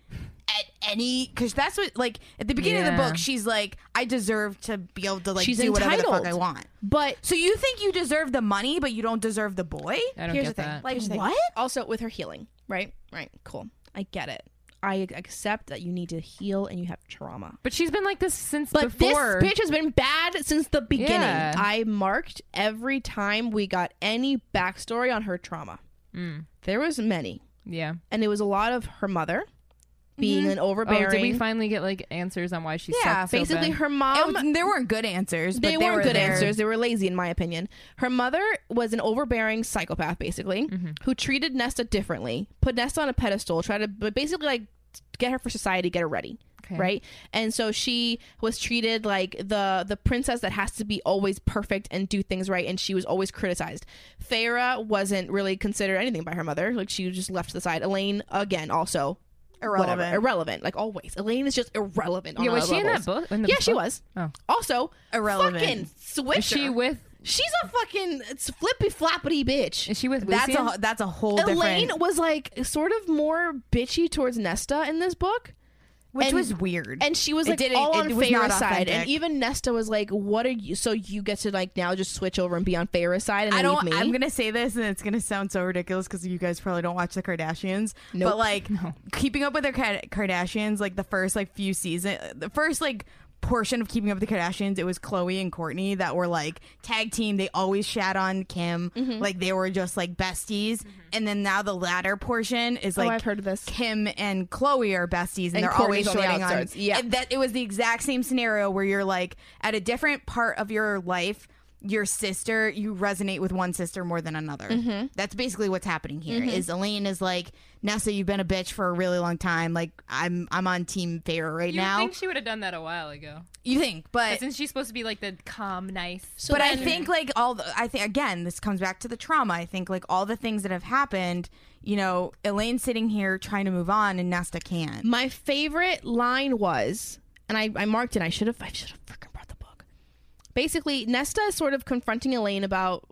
A: at any? Because that's what, like, at the beginning of the
B: Yeah.
A: book, she's like, I deserve to be able to like
C: She's
A: do whatever the
C: entitled.
A: fuck I want.
C: But
A: So you think you deserve the money, but you don't deserve the boy?
B: I don't
C: here's
B: get
C: the thing.
B: that.
C: Like
A: Here's the thing.
C: Also with her healing, right? Right. Cool. I get it. I accept that you need to heal and you have trauma.
B: But she's been like this since
C: But
B: before.
C: this bitch has been bad since the beginning.
B: Yeah.
C: I marked every time we got any backstory on her trauma.
B: Mm,
C: There was many,
B: yeah.
C: and it was a lot of her mother being an overbearing.
B: Oh, did we finally get like answers on why she
C: yeah,
B: sucked so
C: basically
B: bad?
C: her mom.
A: It was- Oh, there weren't good answers.
C: Um, they
A: but
C: weren't
A: were
C: good
A: there.
C: answers. They were lazy, in my opinion. Her mother was an overbearing psychopath, basically,
B: Mm-hmm.
C: who treated Nesta differently, put Nesta on a pedestal, tried to but basically like get her for society, get her ready,
B: Okay.
C: right? And so she was treated like the the princess that has to be always perfect and do things right, and she was always criticized. Feyre wasn't really considered anything by her mother; like she was just left to the side. Elaine, again, also.
A: Irrelevant.
C: Whatever. Irrelevant. Like always. Elaine is just irrelevant. On
B: Yeah, was
C: all
B: she in that
C: levels.
B: book? In the
C: Yeah, she
B: book?
C: was.
B: Oh.
C: Also,
A: Irrelevant.
C: Fucking Swisher.
B: Is she with?
C: She's a fucking it's flippy flappity bitch.
B: Is she with?
A: That's
B: Lucian?
A: a that's a whole
C: Elaine
A: different,
C: was like sort of more bitchy towards Nesta in this book,
A: which
C: and-
A: was weird.
C: and she was
A: It
C: like
A: didn't-
C: all
A: it
C: on
A: was not
C: Feyre's side, and
A: authentic.
C: even Nesta was like, "What are you?" So you get to like now just switch over and be on Feyre's side, and
A: I
C: leave
A: don't.
C: me.
A: I'm gonna say this, and it's gonna sound so ridiculous because you guys probably don't watch the Kardashians.
C: Nope.
A: But like, keeping up with the Ka- Kardashians, like the first like few season, the first like portion of keeping up with the Kardashians, it was Chloe and Courtney that were like tag team. They always shat on Kim,
C: Mm-hmm.
A: like they were just like besties. And then now the latter portion is like
C: Oh, I've heard of this.
A: Kim and Chloe are besties, and,
C: And
A: they're
C: Kourtney's on
A: always
C: the
A: shorting on.
C: outskirts. Yeah.
A: and that it was the exact same scenario where you're like at a different part of your life your sister you resonate with one sister more than another
B: Mm-hmm.
A: that's basically what's happening here. Is elaine is like nessa you've been a bitch for a really long time like i'm i'm on team fair right
B: You
A: now
B: think she would have done that a while ago?
A: you think but
B: Since she's supposed to be like the calm, nice.
C: So
A: but I
C: then-
A: think like all the, I think again this comes back to the trauma. I think like all the things that have happened, you know, Elaine sitting here trying to move on and Nesta can't.
C: My favorite line was, and I, I marked it. I should have. I should have freaking brought the book. Basically, Nesta is sort of confronting Elaine about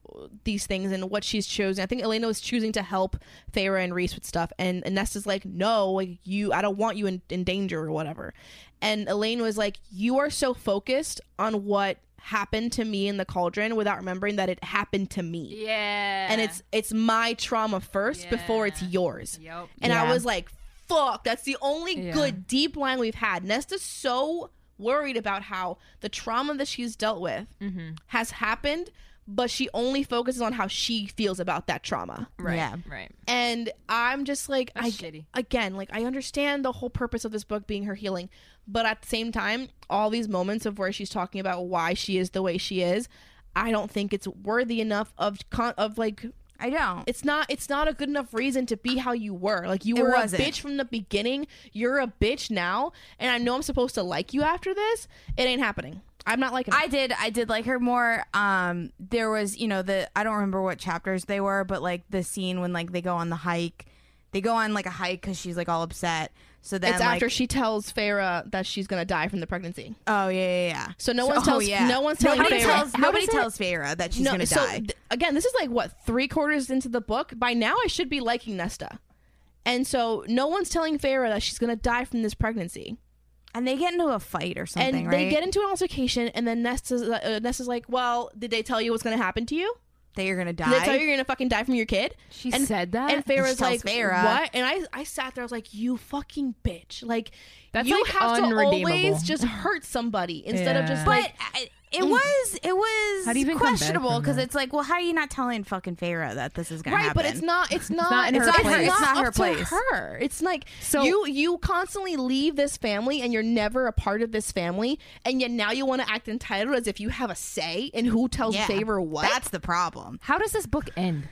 C: these things and what she's choosing. I think Elena was choosing to help Feyre and Reese with stuff, and, and Nesta's like, "No, like you, I don't want you in, in danger or whatever." And Elaine was like, "You are so focused on what happened to me in the cauldron without remembering that it happened to me,
B: Yeah.
C: and it's it's my trauma first before it's
B: Yeah.
C: yours."
B: Yep.
C: And I
A: Yeah.
C: was like, fuck, that's the only
B: Yeah.
C: good deep line we've had. Nesta's so worried about how the trauma that she's dealt with
B: Mm-hmm.
C: has happened, but she only focuses on how she feels about that trauma.
B: Right.
A: Yeah.
B: Right.
C: And I'm just like, I,
B: That's shitty.
C: again, like, I understand the whole purpose of this book being her healing, but at the same time, all these moments of where she's talking about why she is the way she is. I don't think it's worthy enough of con- of like
A: I don't.
C: it's not it's not a good enough reason to be how you were. Like you
A: It
C: were a
A: wasn't.
C: bitch from the beginning. You're a bitch now, and I know I'm supposed to like you after this. It ain't happening. I'm not liking. it.
A: I did. I did like her more. Um, there was, you know, the I don't remember what chapters they were, but like the scene when like they go on the hike, they go on like a hike because she's like all upset. So then,
C: It's
A: like,
C: after she tells Farah that she's gonna die from the pregnancy.
A: oh yeah, yeah, Oh, yeah.
C: So no
A: one
C: one tells. No one's telling
A: Nobody
C: Feyre.
A: tells.
B: How
A: nobody
B: does it-
A: tells Feyre that she's
C: no,
A: gonna
C: so
A: die.
C: th- again, this is like what three quarters into the book. By now, I should be liking Nesta, and so no one's telling Farah that she's gonna die from this pregnancy.
A: And they get into a fight or something,
C: and
A: right?
C: they get into an altercation, and then Nesta's, uh, Nesta's like, "Well, did they tell you what's gonna happen to you?"
A: that you're gonna
C: Did they tell you
A: die.
C: you're gonna fucking die from your kid?
B: She
C: and,
B: said that.
C: And
A: And she
C: Farrah's
A: tells
C: like,
A: Farrah.
C: what? And I, I sat there. I was like, you fucking bitch. Like,
B: That's,
C: you
B: like,
C: have to
B: unredeemable.
C: always just hurt somebody instead of just
B: Yeah.
C: like.
A: But I- it was it was
B: How do you even come back
A: questionable
B: from
A: because
B: that?
A: it's like, well, how are you not telling fucking Feyre that this is gonna
C: Right,
A: happen?
C: but it's not. It's not.
B: not in her
C: up-
B: place.
A: It's not
C: up
A: her
C: to
A: place.
C: her. It's like
B: So-
C: you you constantly leave this family, and you're never a part of this family, and yet now you want to act entitled as if you have a say in who tells
A: Yeah.
C: Favor what.
A: That's the problem.
B: How does this book end?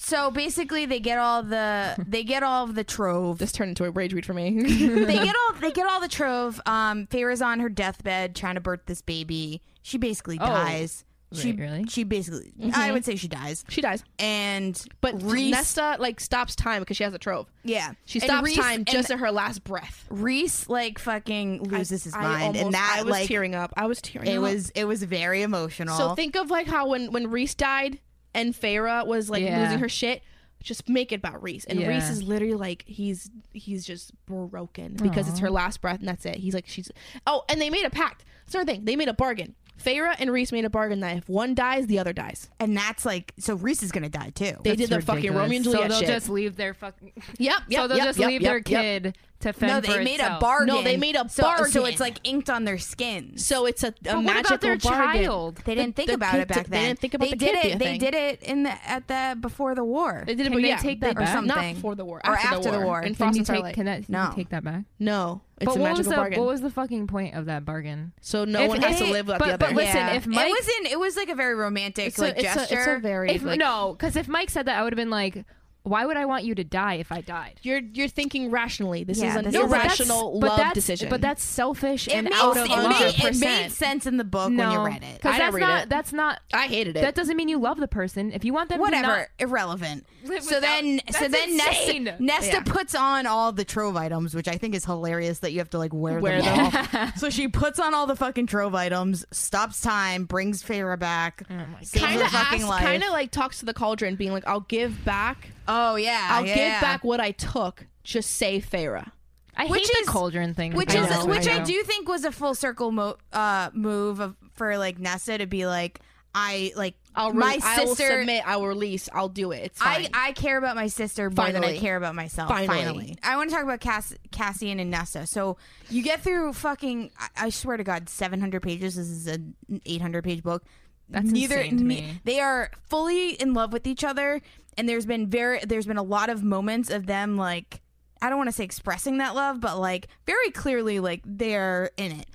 A: So basically, they get all the they get all of the trove.
C: this turned into a rage read for me.
A: they get all they get all the trove. Um, Feyre's on her deathbed trying to birth this baby. She
C: Oh.
A: basically dies. She
B: wait, really?
A: She basically, I would say she dies.
C: she dies,
A: And
C: Mm-hmm. but
A: Reese,
C: Nesta like stops time because she has a trove.
A: yeah,
C: She
A: And
C: stops
A: Reese-
C: time just
A: And
C: at her last breath.
A: Reese like fucking loses his
C: I
A: mind,
C: almost-
A: and that
C: I was
A: like
C: tearing up. I was tearing
A: it
C: up.
A: was it was very emotional.
C: so think of like how when when Reese died and Farah was like
B: Yeah.
C: losing her shit. Just make it about Reese, and
B: Yeah.
C: Reese is literally like he's he's just broken because it's her last breath, and that's it. He's like she's oh, and they made a pact. Sort of thing. They made a bargain. Farah and Reese made a bargain that if one dies, the other dies.
A: and that's like so Reese is gonna die too.
C: They did their fucking Romeo and Juliet
B: So they'll
C: shit.
B: just leave their fucking.
C: yep, yep.
B: so they'll
C: yep,
B: just
C: yep,
B: leave
C: yep,
B: their
C: yep.
B: kid to fend
A: no,
B: for
A: they made a
B: itself.
A: bargain.
C: No, they made a
A: so, So
C: bargain.
A: it's like inked on their skin.
C: So it's a, a
B: But what
C: magical
B: about their
C: bargain.
B: child?
A: They didn't
C: The-
A: think
C: the
A: about it
C: kid-
A: back
C: they
A: then.
C: didn't think about
A: they
C: the
A: did
C: kid
A: it. They
C: thing.
A: did it in the at the before the war.
C: They did it,
B: Can
C: but
B: they
C: yeah,
B: take that
C: they-
A: or
B: back?
A: something.
C: Not before the war.
A: Or
C: after,
A: after the
C: the war.
A: war.
B: Can
A: Can
C: In Frost
B: you
C: and
B: take,
C: Starlight.
B: can that, can you
A: No.
B: take that back?
C: no, it's
B: but
C: a
B: what was
C: magical
B: the
C: bargain.
B: what was the fucking point of that bargain?
C: so no
B: if
C: one has
B: any-
C: to live without
B: but-
C: the other.
B: but listen, if Mike-
A: it was in, it was like a very romantic
C: it's,
A: like
C: a, it's, a,
A: gesture.
C: it's a very
B: If
C: like,
B: no, because if Mike said that, I would have been like, "Why would I want you to die if I died?"
C: You're you're thinking rationally. This
A: Yeah,
C: is an
A: this is
B: but that's-
C: irrational
B: but
C: love
B: that's-
C: decision.
B: But that's selfish
A: it
B: and
A: made,
B: out of
A: it
B: love.
A: made- it made
C: 100%.
A: sense in the book when you read it.
C: I
B: because
C: didn't
B: that's
C: read
B: not
C: it.
B: that's not
C: I hated it.
B: that doesn't mean you love the person. If you want them,
A: Whatever,
B: to not,
A: irrelevant.
B: Live
A: So
B: without-
A: then, so
B: That's
A: then
B: insane.
A: Nesta, Nesta
C: Yeah.
A: puts on all the trove items, which I think is hilarious that you have to like wear,
C: Wear
A: them. all. so she puts on all the fucking trove items, stops time, brings Feyre back,
C: Oh
A: saves
C: kind
A: her
C: of
A: fucking life.
C: kind of like talks to the cauldron, being like, "I'll give back.
A: oh yeah,
C: I'll
A: yeah,
C: give
A: yeah.
C: back what I took. Just say Farah."
B: I
A: Which
B: hate
A: is-
B: the cauldron thing,
A: which
C: I
A: is
C: know,
A: which
C: I
A: I,
C: know.
A: do think was a full circle mo- uh, move of, for like Nessa to be like I like
C: I'll re-
A: my
C: I will
A: sister.
C: submit. I will release. I'll do it. It's fine.
A: I, I care about my sister more than I
C: Finally.
A: care about myself. Finally,
C: Finally.
A: I want to talk about Cass- Cassian and Nessa. So you get through fucking I, I swear to God, seven hundred pages. This is an eight hundred page book.
B: That's insane to me.
A: They are fully in love with each other, and there's been very there's been a lot of moments of them like I don't want to say expressing that love, but like very clearly like they're in it.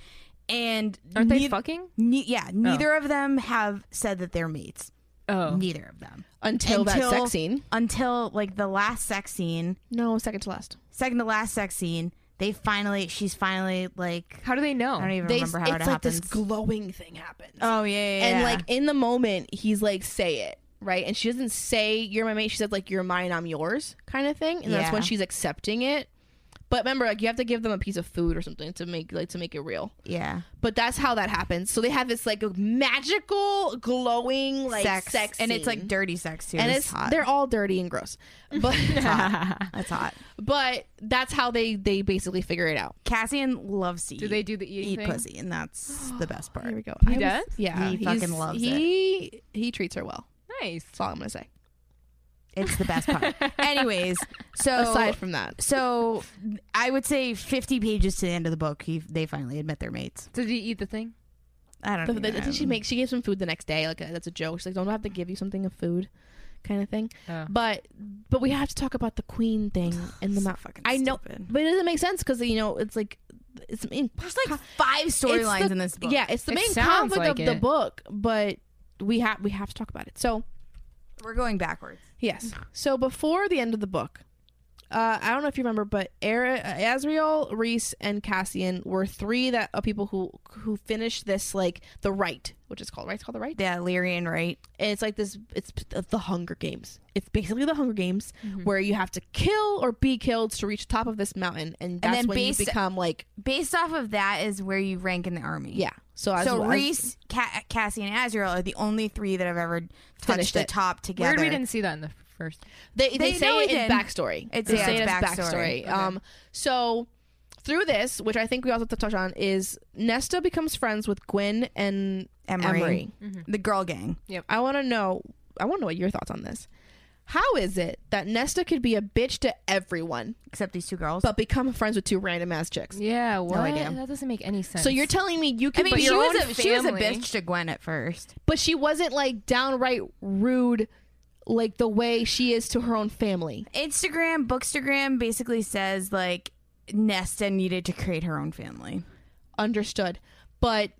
A: And
B: aren't they Oh.
A: neith-
B: fucking?
A: ne- yeah, neither of them have said that they're mates.
B: Oh,
A: Neither of them
C: until, that sex scene.
A: until like the last sex scene,
C: No, second to last.
A: second to last sex scene. They finally, she's finally like
B: how do they know?
A: I don't even
C: They,
A: remember
C: it's
A: how it
C: like
A: happens.
C: this glowing thing happens.
A: oh yeah, yeah, yeah,
C: and like in the moment he's like say it right and she doesn't say you're my mate she said like you're mine i'm yours kind of thing and that's when
A: Yeah.
C: she's accepting it but remember like you have to give them a piece of food or something to make like to make it real
A: yeah,
C: but that's how that happens so they have this like magical glowing like sex,
A: and it's like
C: scene.
A: dirty sex too.
C: and
A: it's,
C: it's
A: hot.
C: they're all dirty and gross but
A: That's hot.
C: but that's how they they basically figure it out
A: Cassian loves to
B: do
A: eat,
B: they do the eating
A: eat
B: thing?
A: pussy, and that's the best
C: here
A: part.
C: we go
B: He
C: I was-
B: does?
C: yeah
A: He
C: he's-
A: fucking loves
C: he he treats her well
B: Nice.
C: that's all i'm gonna say
A: It's the best part. Anyways, so
C: aside from that
A: so I would say fifty pages to the end of the book, he, they finally admit they're mates.
B: Did he eat the thing?
A: I don't.
C: But
A: know.
C: then I think she makes she gave some food the next day. Like uh, that's a joke. She's like, "Don't I have to give you something of food," kind of thing.
B: Oh.
C: But but we have to talk about the queen thing and the
A: So
C: mount.
A: fucking
C: I know,
A: stupid.
C: but it doesn't make sense because you know it's like it's main,
A: There's like five storylines in this book.
C: Yeah, it's the
B: It
C: main
B: sounds
C: conflict
B: like
C: of the
B: it.
C: book, but we have we have to talk about it. So
A: we're going backwards.
C: yes, so before the end of the book. Uh, I don't know if you remember, but Era, uh, Azriel, Reese, and Cassian were three that uh, people who who finished this like the right, which is called right. It's called the right.
A: Yeah, Lyrian, right?
C: and it's like this it's uh, the hunger games it's basically the hunger games
A: Mm-hmm.
C: where you have to kill or be killed to reach the top of this mountain and that's
A: then
C: when you
A: based-
C: become like
A: based off of that is where you rank in the army.
C: yeah so as,
A: So
C: as-
A: Reese, Ca- Cassie, and Azrael are the only three that have ever touched
C: Finished
A: the
C: it.
A: top
B: Weird,
A: together.
B: we didn't see that in the first.
C: they, they,
A: They know
C: say it
A: he
C: in
A: did.
C: backstory
A: It's-
C: they
A: yeah,
C: say
A: it's
C: it as
A: backstory.
C: backstory
A: Okay.
C: um so through this which i think we also have to touch on is nesta becomes friends with gwen and
A: Emery,
C: Emery.
A: the girl gang.
C: i want to know i want to know what your thoughts on this how is it that nesta could be a bitch to everyone
A: Except these two girls.
C: but become friends with two random ass chicks
B: Yeah, what?
A: idea.
B: That doesn't make any sense.
C: so you're telling me you
A: I
C: can
A: mean,
C: but
A: she
C: your
A: was
C: own
A: a she was a
B: family-
A: bitch to Gwen at first.
C: but she wasn't like downright rude like the way she is to her own family
A: Instagram, Bookstagram basically says like Nesta needed to create her own family.
C: understood but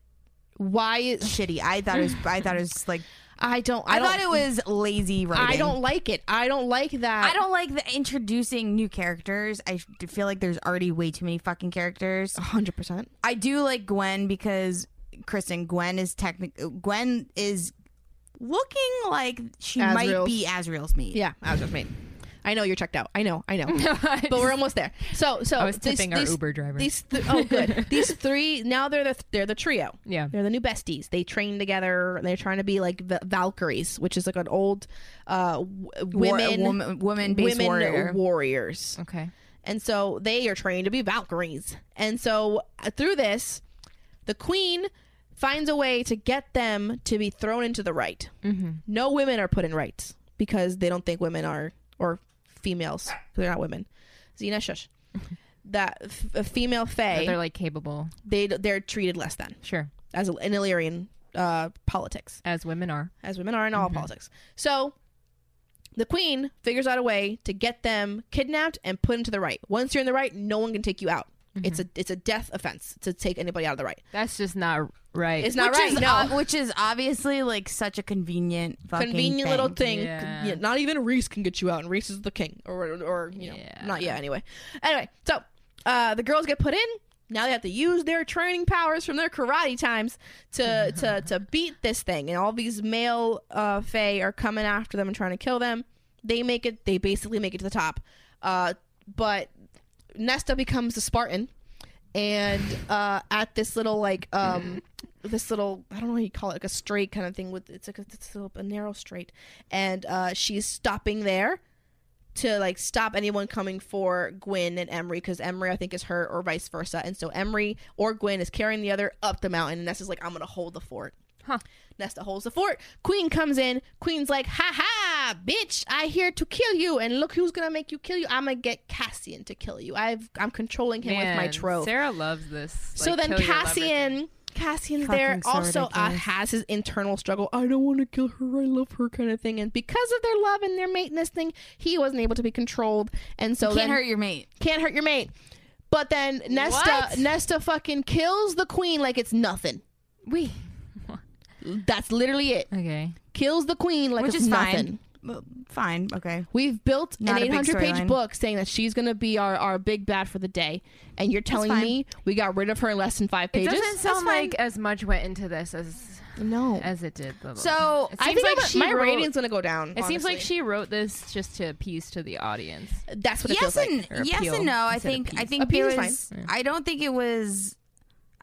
C: why is
A: Shitty. I thought it was. I thought it was like.
C: i don't i,
A: I,
C: don't,
A: thought it was lazy writing.
C: i don't like it i don't like that
A: I don't like the introducing new characters. I f- feel like there's already way too many fucking characters.
C: 100%
A: I do like Gwen because Kristen Gwen is technically Gwen is looking like she might
C: Asriel's.
A: be Asriel's mate.
C: yeah i was just mean i know you're checked out i know i know but we're almost there so so
B: I was tipping our Uber driver.
C: these th- oh good these three now they're the they're the trio
B: yeah.
C: They're the new besties. They train together. They're trying to be like v- Valkyries, which is like an old uh, w-
A: War-
C: women
A: woman, woman based
C: women
A: warrior.
C: warriors.
B: Okay.
C: And so they are trained to be Valkyries. And so uh, through this, the queen finds a way to get them to be thrown into the right. Mm-hmm. No women are put in rights because they don't think women are, or females, they're not women. Xena, shush. that f- a female
B: That they're
C: fae
B: like capable.
C: they they're treated less than
B: Sure,
C: as in Illyrian uh, politics,
B: as women are.
C: as women are in
A: Mm-hmm.
C: all politics. So the queen figures out a way to get them kidnapped and put into the right. Once you're in the right, no one can take you out.
A: Mm-hmm.
C: It's a it's a death offense to take anybody out of the right.
B: That's just not right.
C: It's not
A: which
C: right.
A: Is,
C: no.
A: ob- which is obviously like such a convenient, fucking
C: convenient
A: thing.
C: little thing.
B: Yeah.
C: Con- yeah, not even Reese can get you out, and Reese is the king, or or, or, you know,
B: Yeah.
C: not yet. Anyway, anyway, so uh, the girls get put in. Now they have to use their training powers from their karate times to to to beat this thing, and all these male uh, fae are coming after them and trying to kill them. They make it. They basically make it to the top, uh, but Nesta becomes a Spartan, and uh, at this little like um, this little I don't know what you call it like a strait kind of thing with it's like a, it's a, a narrow strait, and uh, she's stopping there to like stop anyone coming for Gwyn and Emery because Emery I think is her or vice versa, and so Emery or Gwyn is carrying the other up the mountain, and Nesta's like I'm gonna hold the fort.
B: Huh.
C: Nesta holds the fort. Queen comes in. Queen's like, ha ha, bitch, I here to kill you. And look who's gonna make you kill you. I'm gonna get Cassian to kill you. I've I'm controlling him with my
B: Man,
C: trove.
B: Sarah loves this.
C: so
B: like,
C: then
B: kill your lover thing.
C: Cassian Cassian's
A: Fucking
C: there
A: so
C: also uh,
A: ridiculous.
C: has his internal struggle. I don't want to kill her. I love her kind of thing. And because of their love and their mateness thing, he wasn't able to be controlled. And so
A: Can't
C: then
A: hurt your mate.
C: can't hurt your mate. But then Nesta
B: What?
C: Nesta fucking kills the queen like it's nothing.
B: We.
C: That's literally it.
B: Okay.
C: Kills the queen like
A: Which
C: it's
A: is fine.
C: nothing.
A: Well, Fine. Okay.
C: We've built
A: Not a big
C: an 800 page
A: storyline.
C: book saying that she's going to be our, our big bad for the day. And you're telling
A: fine.
C: me we got rid of her in less than five
B: It
C: pages?
B: doesn't sound
A: That's fine.
B: like as much went into this as
C: No.
B: as it did. The
A: So,
B: it seems
C: I think
B: like
C: I'm-
B: she
C: my
B: wrote,
C: rating's going to go down.
B: It seems like she wrote this just to appease to the audience.
C: That's what it
A: yes
C: feels
A: and
B: or
A: yes
B: appeal
A: and no. I
B: instead of
A: think I
B: peas.
A: think
C: Appeal
A: there
C: is
A: was.
B: fine. Yeah.
A: I don't think it was.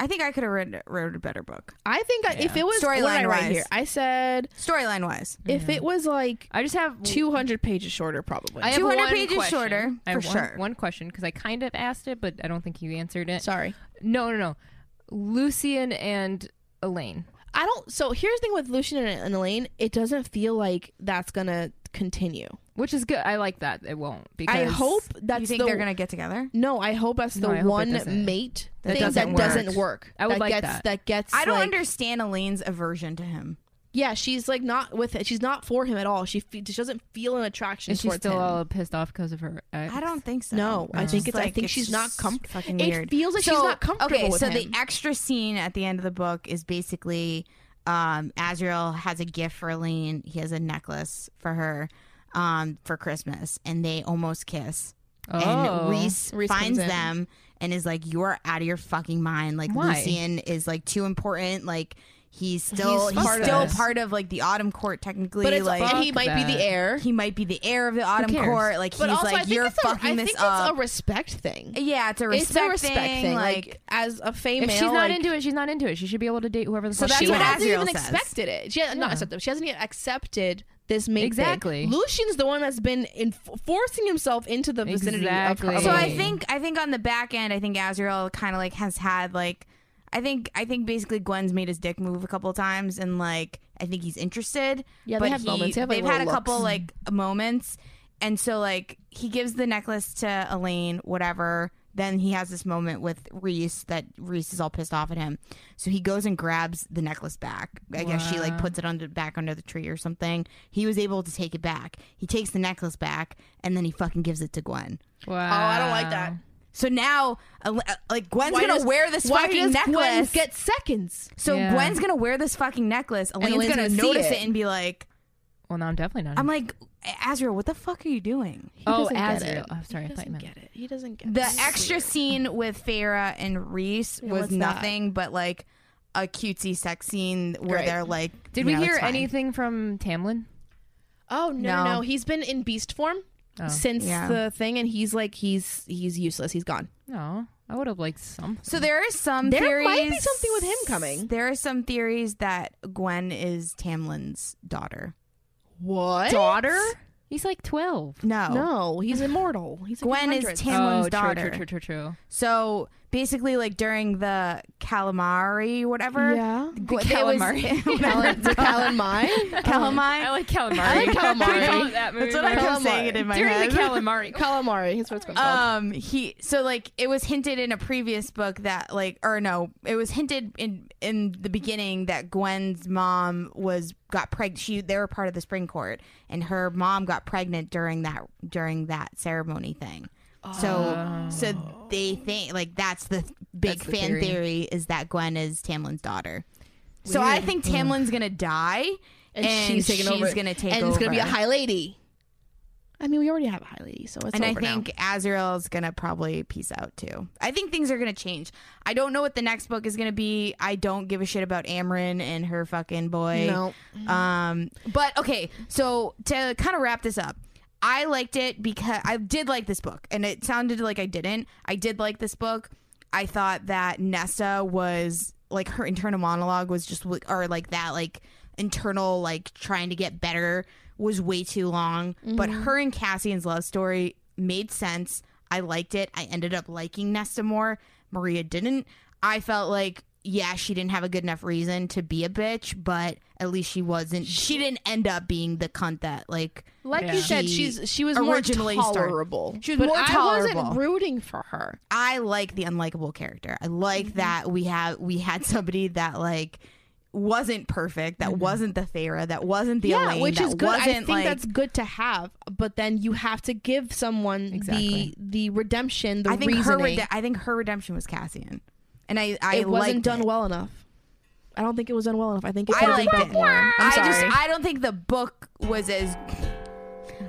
A: I think I could have read wrote a better book
C: I think I, if
B: Yeah.
C: it was what did I
A: Storyline
C: write
A: wise.
C: here, I said
A: storyline wise.
C: if it was like
B: I just have
C: 200 pages shorter, probably.
B: I have
A: 200
B: one
A: pages
B: question.
A: shorter,
B: I have
A: for
B: one,
A: sure.
B: One question because I kind of asked it, but I don't think you answered it.
C: Sorry.
B: No, no, no. Lucian and Elaine.
C: I don't. So here's the thing with Lucian and, and Elaine it doesn't feel like that's going to continue.
B: Which is good. I like that. It won't because
C: I hope that's
A: you think
C: the
A: they're gonna get together?
C: No, I hope that's
B: No,
C: the
B: I hope it
C: one
B: doesn't.
C: mate
B: That
C: thing
B: doesn't
C: that
B: work.
C: doesn't work.
B: I would like
C: gets,
B: that.
C: gets.
A: I don't
C: like-
A: understand Elaine's aversion to him.
C: Yeah, she's like not with it. She's not for him at all. She, fe- she doesn't feel an attraction
B: is she
C: towards
B: still
C: him.
B: all pissed off because of her? Ex?
A: I don't think so.
C: no, I
A: It's
C: think
A: just
C: it's. I
A: like,
C: think
A: it's
C: she's not
A: just
C: comfortable.
A: Fucking weird.
C: It feels like she's
A: So-
C: not comfortable.
A: Okay,
C: with
A: so
C: him.
A: the extra scene at the end of the book is basically um, Azrael has a gift for Elaine. He has a necklace for her um, for Christmas, and they almost kiss.
B: Oh.
A: And Reese,
C: Reese comes
A: finds
C: in.
A: them and is like, "You're out of your fucking mind. Like
B: Why?
A: Lucian is like too important. Like he's still
C: He's
A: he's,
C: part of
A: still
C: this.
A: part of like the Autumn Court technically.
C: but it's
A: like
C: and he
B: Fuck
C: might be the
B: that.
C: heir.
A: he might be the heir of the Autumn
B: cares?
A: Court. Like
C: but
A: he's
C: also, I
A: like,
C: think
A: "You're
C: it's a,
A: fucking
C: I
A: this
C: think it's
A: up."
C: a respect thing.
A: yeah, it's a respect,
C: It's a respect
A: thing. Like,
C: as a female,
B: If she's not
C: like,
B: into it, she's not into it. She should be able to date whoever the
C: So
B: fuck
C: that's
B: she
C: what
A: what
B: wants.
A: I-
C: hasn't
A: Azriel
C: even
A: says.
C: expected it. She hasn't not
B: Yeah.
C: accepted. She hasn't yet accepted this mate. thing.
B: Exactly.
C: Lucian's the one that's been in, forcing himself into the vicinity of her.
B: Exactly.
A: So I
B: Right.
A: think I think on the back end, I think Azrael kind of like has had like I think I think basically Gwen's made his dick move a couple of times and like I think he's interested.
C: Yeah, they
A: but
C: have
A: he-
C: moments. They have, like,
A: they've had a
C: little
A: couple
C: looks.
A: like moments, and so like he gives the necklace to Elaine, whatever. Then he has this moment with Reese that Reese is all pissed off at him. So he goes and grabs the necklace back. I guess she like
B: Wow.
A: puts it under back under the tree or something. He was able to take it back. He takes the necklace back and then he fucking gives it to Gwen.
B: wow.
C: Oh, I don't like that.
A: So now, uh, uh, like Gwen's gonna
C: does-
A: wear this
C: why
A: fucking
C: does
A: necklace.
C: Gwen get seconds.
A: so
B: Yeah.
A: Gwen's gonna wear this fucking necklace. Elaine's,
C: Elaine's
A: gonna,
C: gonna see
A: notice
C: it.
A: it. and be like,
B: Well, no, I'm definitely not.
A: "I'm like, Azrael, what the fuck are you doing?"
C: He
B: oh,
C: doesn't get
B: Azriel.
C: it.
B: Oh, sorry, I
C: He
B: thought you
C: doesn't
B: meant.
C: get it. He doesn't get
A: The
C: it.
A: extra scene with Farah and Reese
C: Yeah, what's
A: was
C: that?
A: nothing but like a cutesy sex scene where
C: Right.
A: they're like,
B: Did
A: "No,
B: we hear
A: it's fine."
B: anything from Tamlin?
C: Oh no, no,
A: No.
C: no. He's been in beast form
B: Oh.
C: since
A: Yeah.
C: the thing, and he's like he's he's useless. He's gone.
B: No, I would have liked some.
A: So there is some
C: There
A: theories.
C: might be something with him coming.
A: There are some theories that Gwen is Tamlin's daughter.
C: What
B: Daughter? He's like 12.
A: No.
C: No, he's immortal. He's like
A: Gwen
C: in
A: is
C: hundreds.
A: ten- Tamlin's
B: oh,
A: daughter.
B: True, true, true, true.
A: So basically, like during the calamari, whatever.
C: Yeah.
A: Gwen-
B: The
A: it was-
B: calamari.
C: Callan, the Callan
A: calamari.
B: I like calamari.
C: I like calamari.
B: Call it that movie.
A: That's what I kept
C: Calamari.
A: saying it in my
B: During
A: head.
B: the calamari.
C: Calamari. That's what it's called.
A: um he so like it was hinted in a previous book that like or no it was hinted in in the beginning that gwen's mom was got pregnant she they were part of the spring court and her mom got pregnant during that during that ceremony thing
C: Uh,
B: Uh.
A: so so
C: Oh.
A: they think like that's the th- big
B: That's the
A: fan
B: theory.
A: theory. is that gwen is tamlin's daughter so i think tamlin's gonna die and, she's, gonna take
C: and
A: over
C: it's gonna be a high lady. I mean, we already have a high lady, so it's
A: and I
C: over now.
A: think Azrael's gonna probably peace out too. I think things are gonna change. I don't know what the next book is gonna be. I don't give a shit about Amryn and her fucking boy.
C: No.
A: Um. But okay. So to kind of wrap this up. I liked it because I did like this book, and it sounded like I didn't. I did like this book. I thought that Nesta was like her internal monologue was just like- or like that like internal like trying to get better was way too long. But her and Cassian's love story made sense. I liked it. I ended up liking Nesta more. Maria didn't. I felt like yeah, she didn't have a good enough reason to be a bitch, but at least she wasn't. She didn't end up being the cunt that like
C: Like
B: Yeah.
C: you said,
A: She
C: she's she was
A: originally
C: more
A: started-
C: tolerable.
A: She was
C: but
A: more
C: I
A: tolerable.
C: wasn't rooting for her.
A: I like the unlikable character. I like
C: Mm-hmm.
A: that we have we had somebody that like wasn't perfect, that wasn't the Feyre, that wasn't the
C: Mm-hmm. yeah,
A: Elaine,
C: which
A: that
C: is good. I
A: wasn't
C: think
A: like
C: that's good to have, but then you have to give someone
B: Exactly.
C: the the redemption, the
A: I think her
C: reasoning.
A: rede- I think her redemption was Cassian, and I I
C: it wasn't
A: liked
C: done
A: it.
C: well enough. I don't think it was done well enough. I think it
A: I
C: could have
A: liked
C: been
A: it.
C: done more. I'm
A: I
C: sorry.
A: just I don't think the book was as.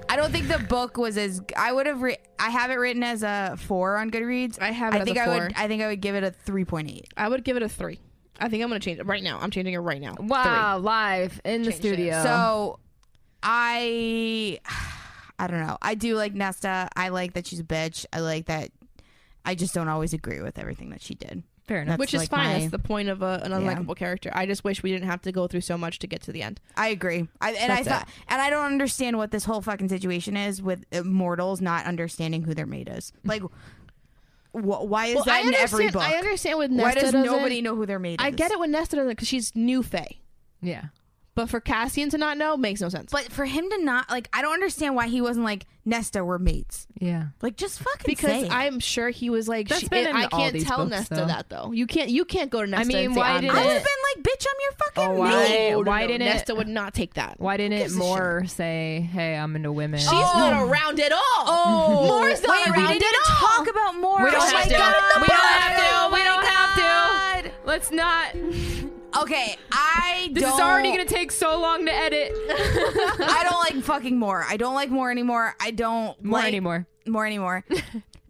A: I don't think the book was as. I would have. Re- I have it written as a four on Goodreads.
C: I have it
A: I
C: as
A: think
C: a
A: I
C: four.
A: would. I think I would give it a three point eight.
C: I would give it a three. I think I'm gonna change it right now. I'm changing it right now.
B: Wow, live in the
C: Change it.
B: studio.
A: So I I don't know. I do like Nesta. I like that she's a bitch. I like that I just don't always agree with everything that she did.
B: fair enough.
A: That's
C: Which is
A: like
C: fine.
A: my-
C: That's the point of a, an unlikable character. I just wish we didn't have to go through so much to get to the end.
A: I agree. I and I
C: That's
A: thought and I don't understand what this whole fucking situation is with mortals not understanding who they're made is. Like wh- why is that
C: I
A: in every
C: understand.
A: book?
C: I understand with
A: Why
C: Nesta
A: does
C: doesn't-
A: nobody know who they're made?
C: I get it when Nesta doesn't because she's new Faye,
B: yeah.
C: but for Cassian to not know makes no sense.
A: But for him to not like, I don't understand why he wasn't like Nesta. We're mates.
B: Yeah.
A: Like just fucking say
C: because
A: it.
C: I'm sure he was like,
B: That's
C: she,
B: been in
C: I
B: all
C: can't
B: these
C: tell
B: books,
C: Nesta
B: though.
C: that though. You can't. You can't go to Nesta.
B: I mean,
C: and say,
B: why
C: "I'm
B: didn't
A: I would
C: not."
B: it-
A: have been like, bitch, I'm your fucking
B: Oh, why-
A: mate.
C: No, no,
B: why
C: no.
B: didn't it-
C: Nesta would not take that?
B: Why didn't
C: gives a
B: Moore say, "Hey, I'm into women"?
C: She's not around at all. Oh, Moore's not
A: Wait, we
C: around
A: didn't
C: at
A: even
C: all.
A: talk about more.
B: we
A: Oh
B: don't
A: my
B: have to.
A: God,
B: We
A: the
B: don't have
A: book.
B: to. We
A: Oh
B: don't
A: my
B: have to. Let's not.
A: God. Okay, I
B: This
A: don't.
B: is already gonna take so long to edit.
A: I don't like fucking more. I don't like more anymore. I don't
B: More
A: like
B: anymore.
A: More anymore.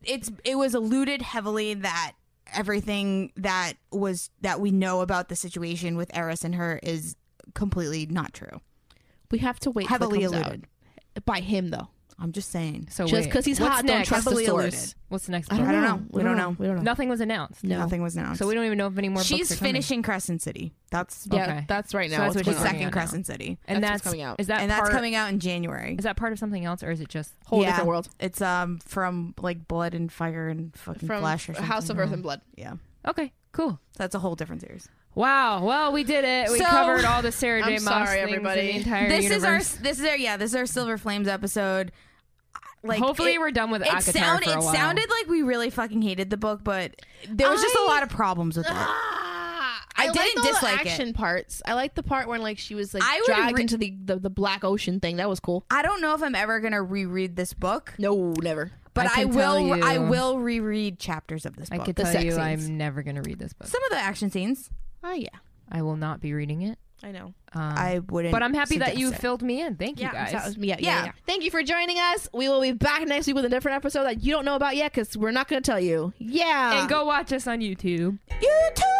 A: it's it was alluded heavily that everything that was that we know about the situation with Eris and her is completely not true.
C: We have to wait. till it
A: Heavily
C: comes out.
A: alluded.
C: by him though.
A: I'm just saying.
B: So
C: Just
B: wait,
C: 'cause he's
B: what's
C: hot, don't
B: next?
C: trust the
A: Heavily
C: source.
A: alluded.
B: What's the next
C: I
B: book?
C: don't,
A: I don't
C: know.
A: know.
C: We
A: I don't
C: don't know.
A: know.
C: We don't know.
B: Nothing was announced.
C: No.
A: Nothing was announced.
B: So we don't even know if any more.
A: She's
B: books are coming.
A: finishing Crescent City. That's
C: Yeah,
B: Okay.
C: that's right
B: So
C: now.
B: that's
C: what's
B: what she's
A: the
C: going on.
B: out now.
A: second Crescent City.
B: and
C: That's what's
B: that's,
C: coming out.
B: Is that
A: and that's
B: part-
A: coming out in January.
B: Is that part of something else, or is it just?
C: Whole different world.
A: It's um from like blood and fire and fucking
C: From
A: flesh or something.
C: House of Earth and Blood.
A: Yeah. So
B: Okay, cool.
A: that's a whole different series.
B: Wow. Well, we did it. We
A: So-
B: covered all the Sarah J. Maas
C: I'm sorry,
B: things in
C: everybody.
B: the entire
A: this
B: universe.
A: is our this is our yeah, this is our Silver Flames episode. Like
B: Hopefully,
A: it-
B: we're done with
A: it
B: Akatar
A: sounded
B: for a
A: it
B: while.
A: sounded like we really fucking hated the book, but there was just a
C: I-
A: lot of problems with it.
C: Ah,
A: I
C: like
A: didn't
C: all the
A: dislike it.
C: action parts. I like the part when like she was like
A: I would
C: dragged
A: re-
C: into the, the the black ocean thing. That was cool.
A: I don't know if I'm ever gonna reread this book,
C: No, never.
A: but
B: I
A: I,
B: can tell
A: will I
B: you-
A: will reread chapters of this
B: I
A: book.
B: could
C: the
B: tell
C: sex
B: you,
C: scenes.
B: I'm never going to read this book.
A: Some of the action scenes
C: Oh yeah,
B: I will not be reading it.
C: I know.
B: Um,
A: I wouldn't
B: but I'm happy that you
A: suggest it.
B: filled me in. Thank you
C: Yeah,
B: guys.
C: that was- yeah, yeah,
A: Yeah.
C: yeah. Thank you for joining us. We will be back next week with a different episode that you don't know about yet because we're not going to tell you. Yeah,
B: and go watch us on YouTube.
A: YouTube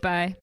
B: Bye.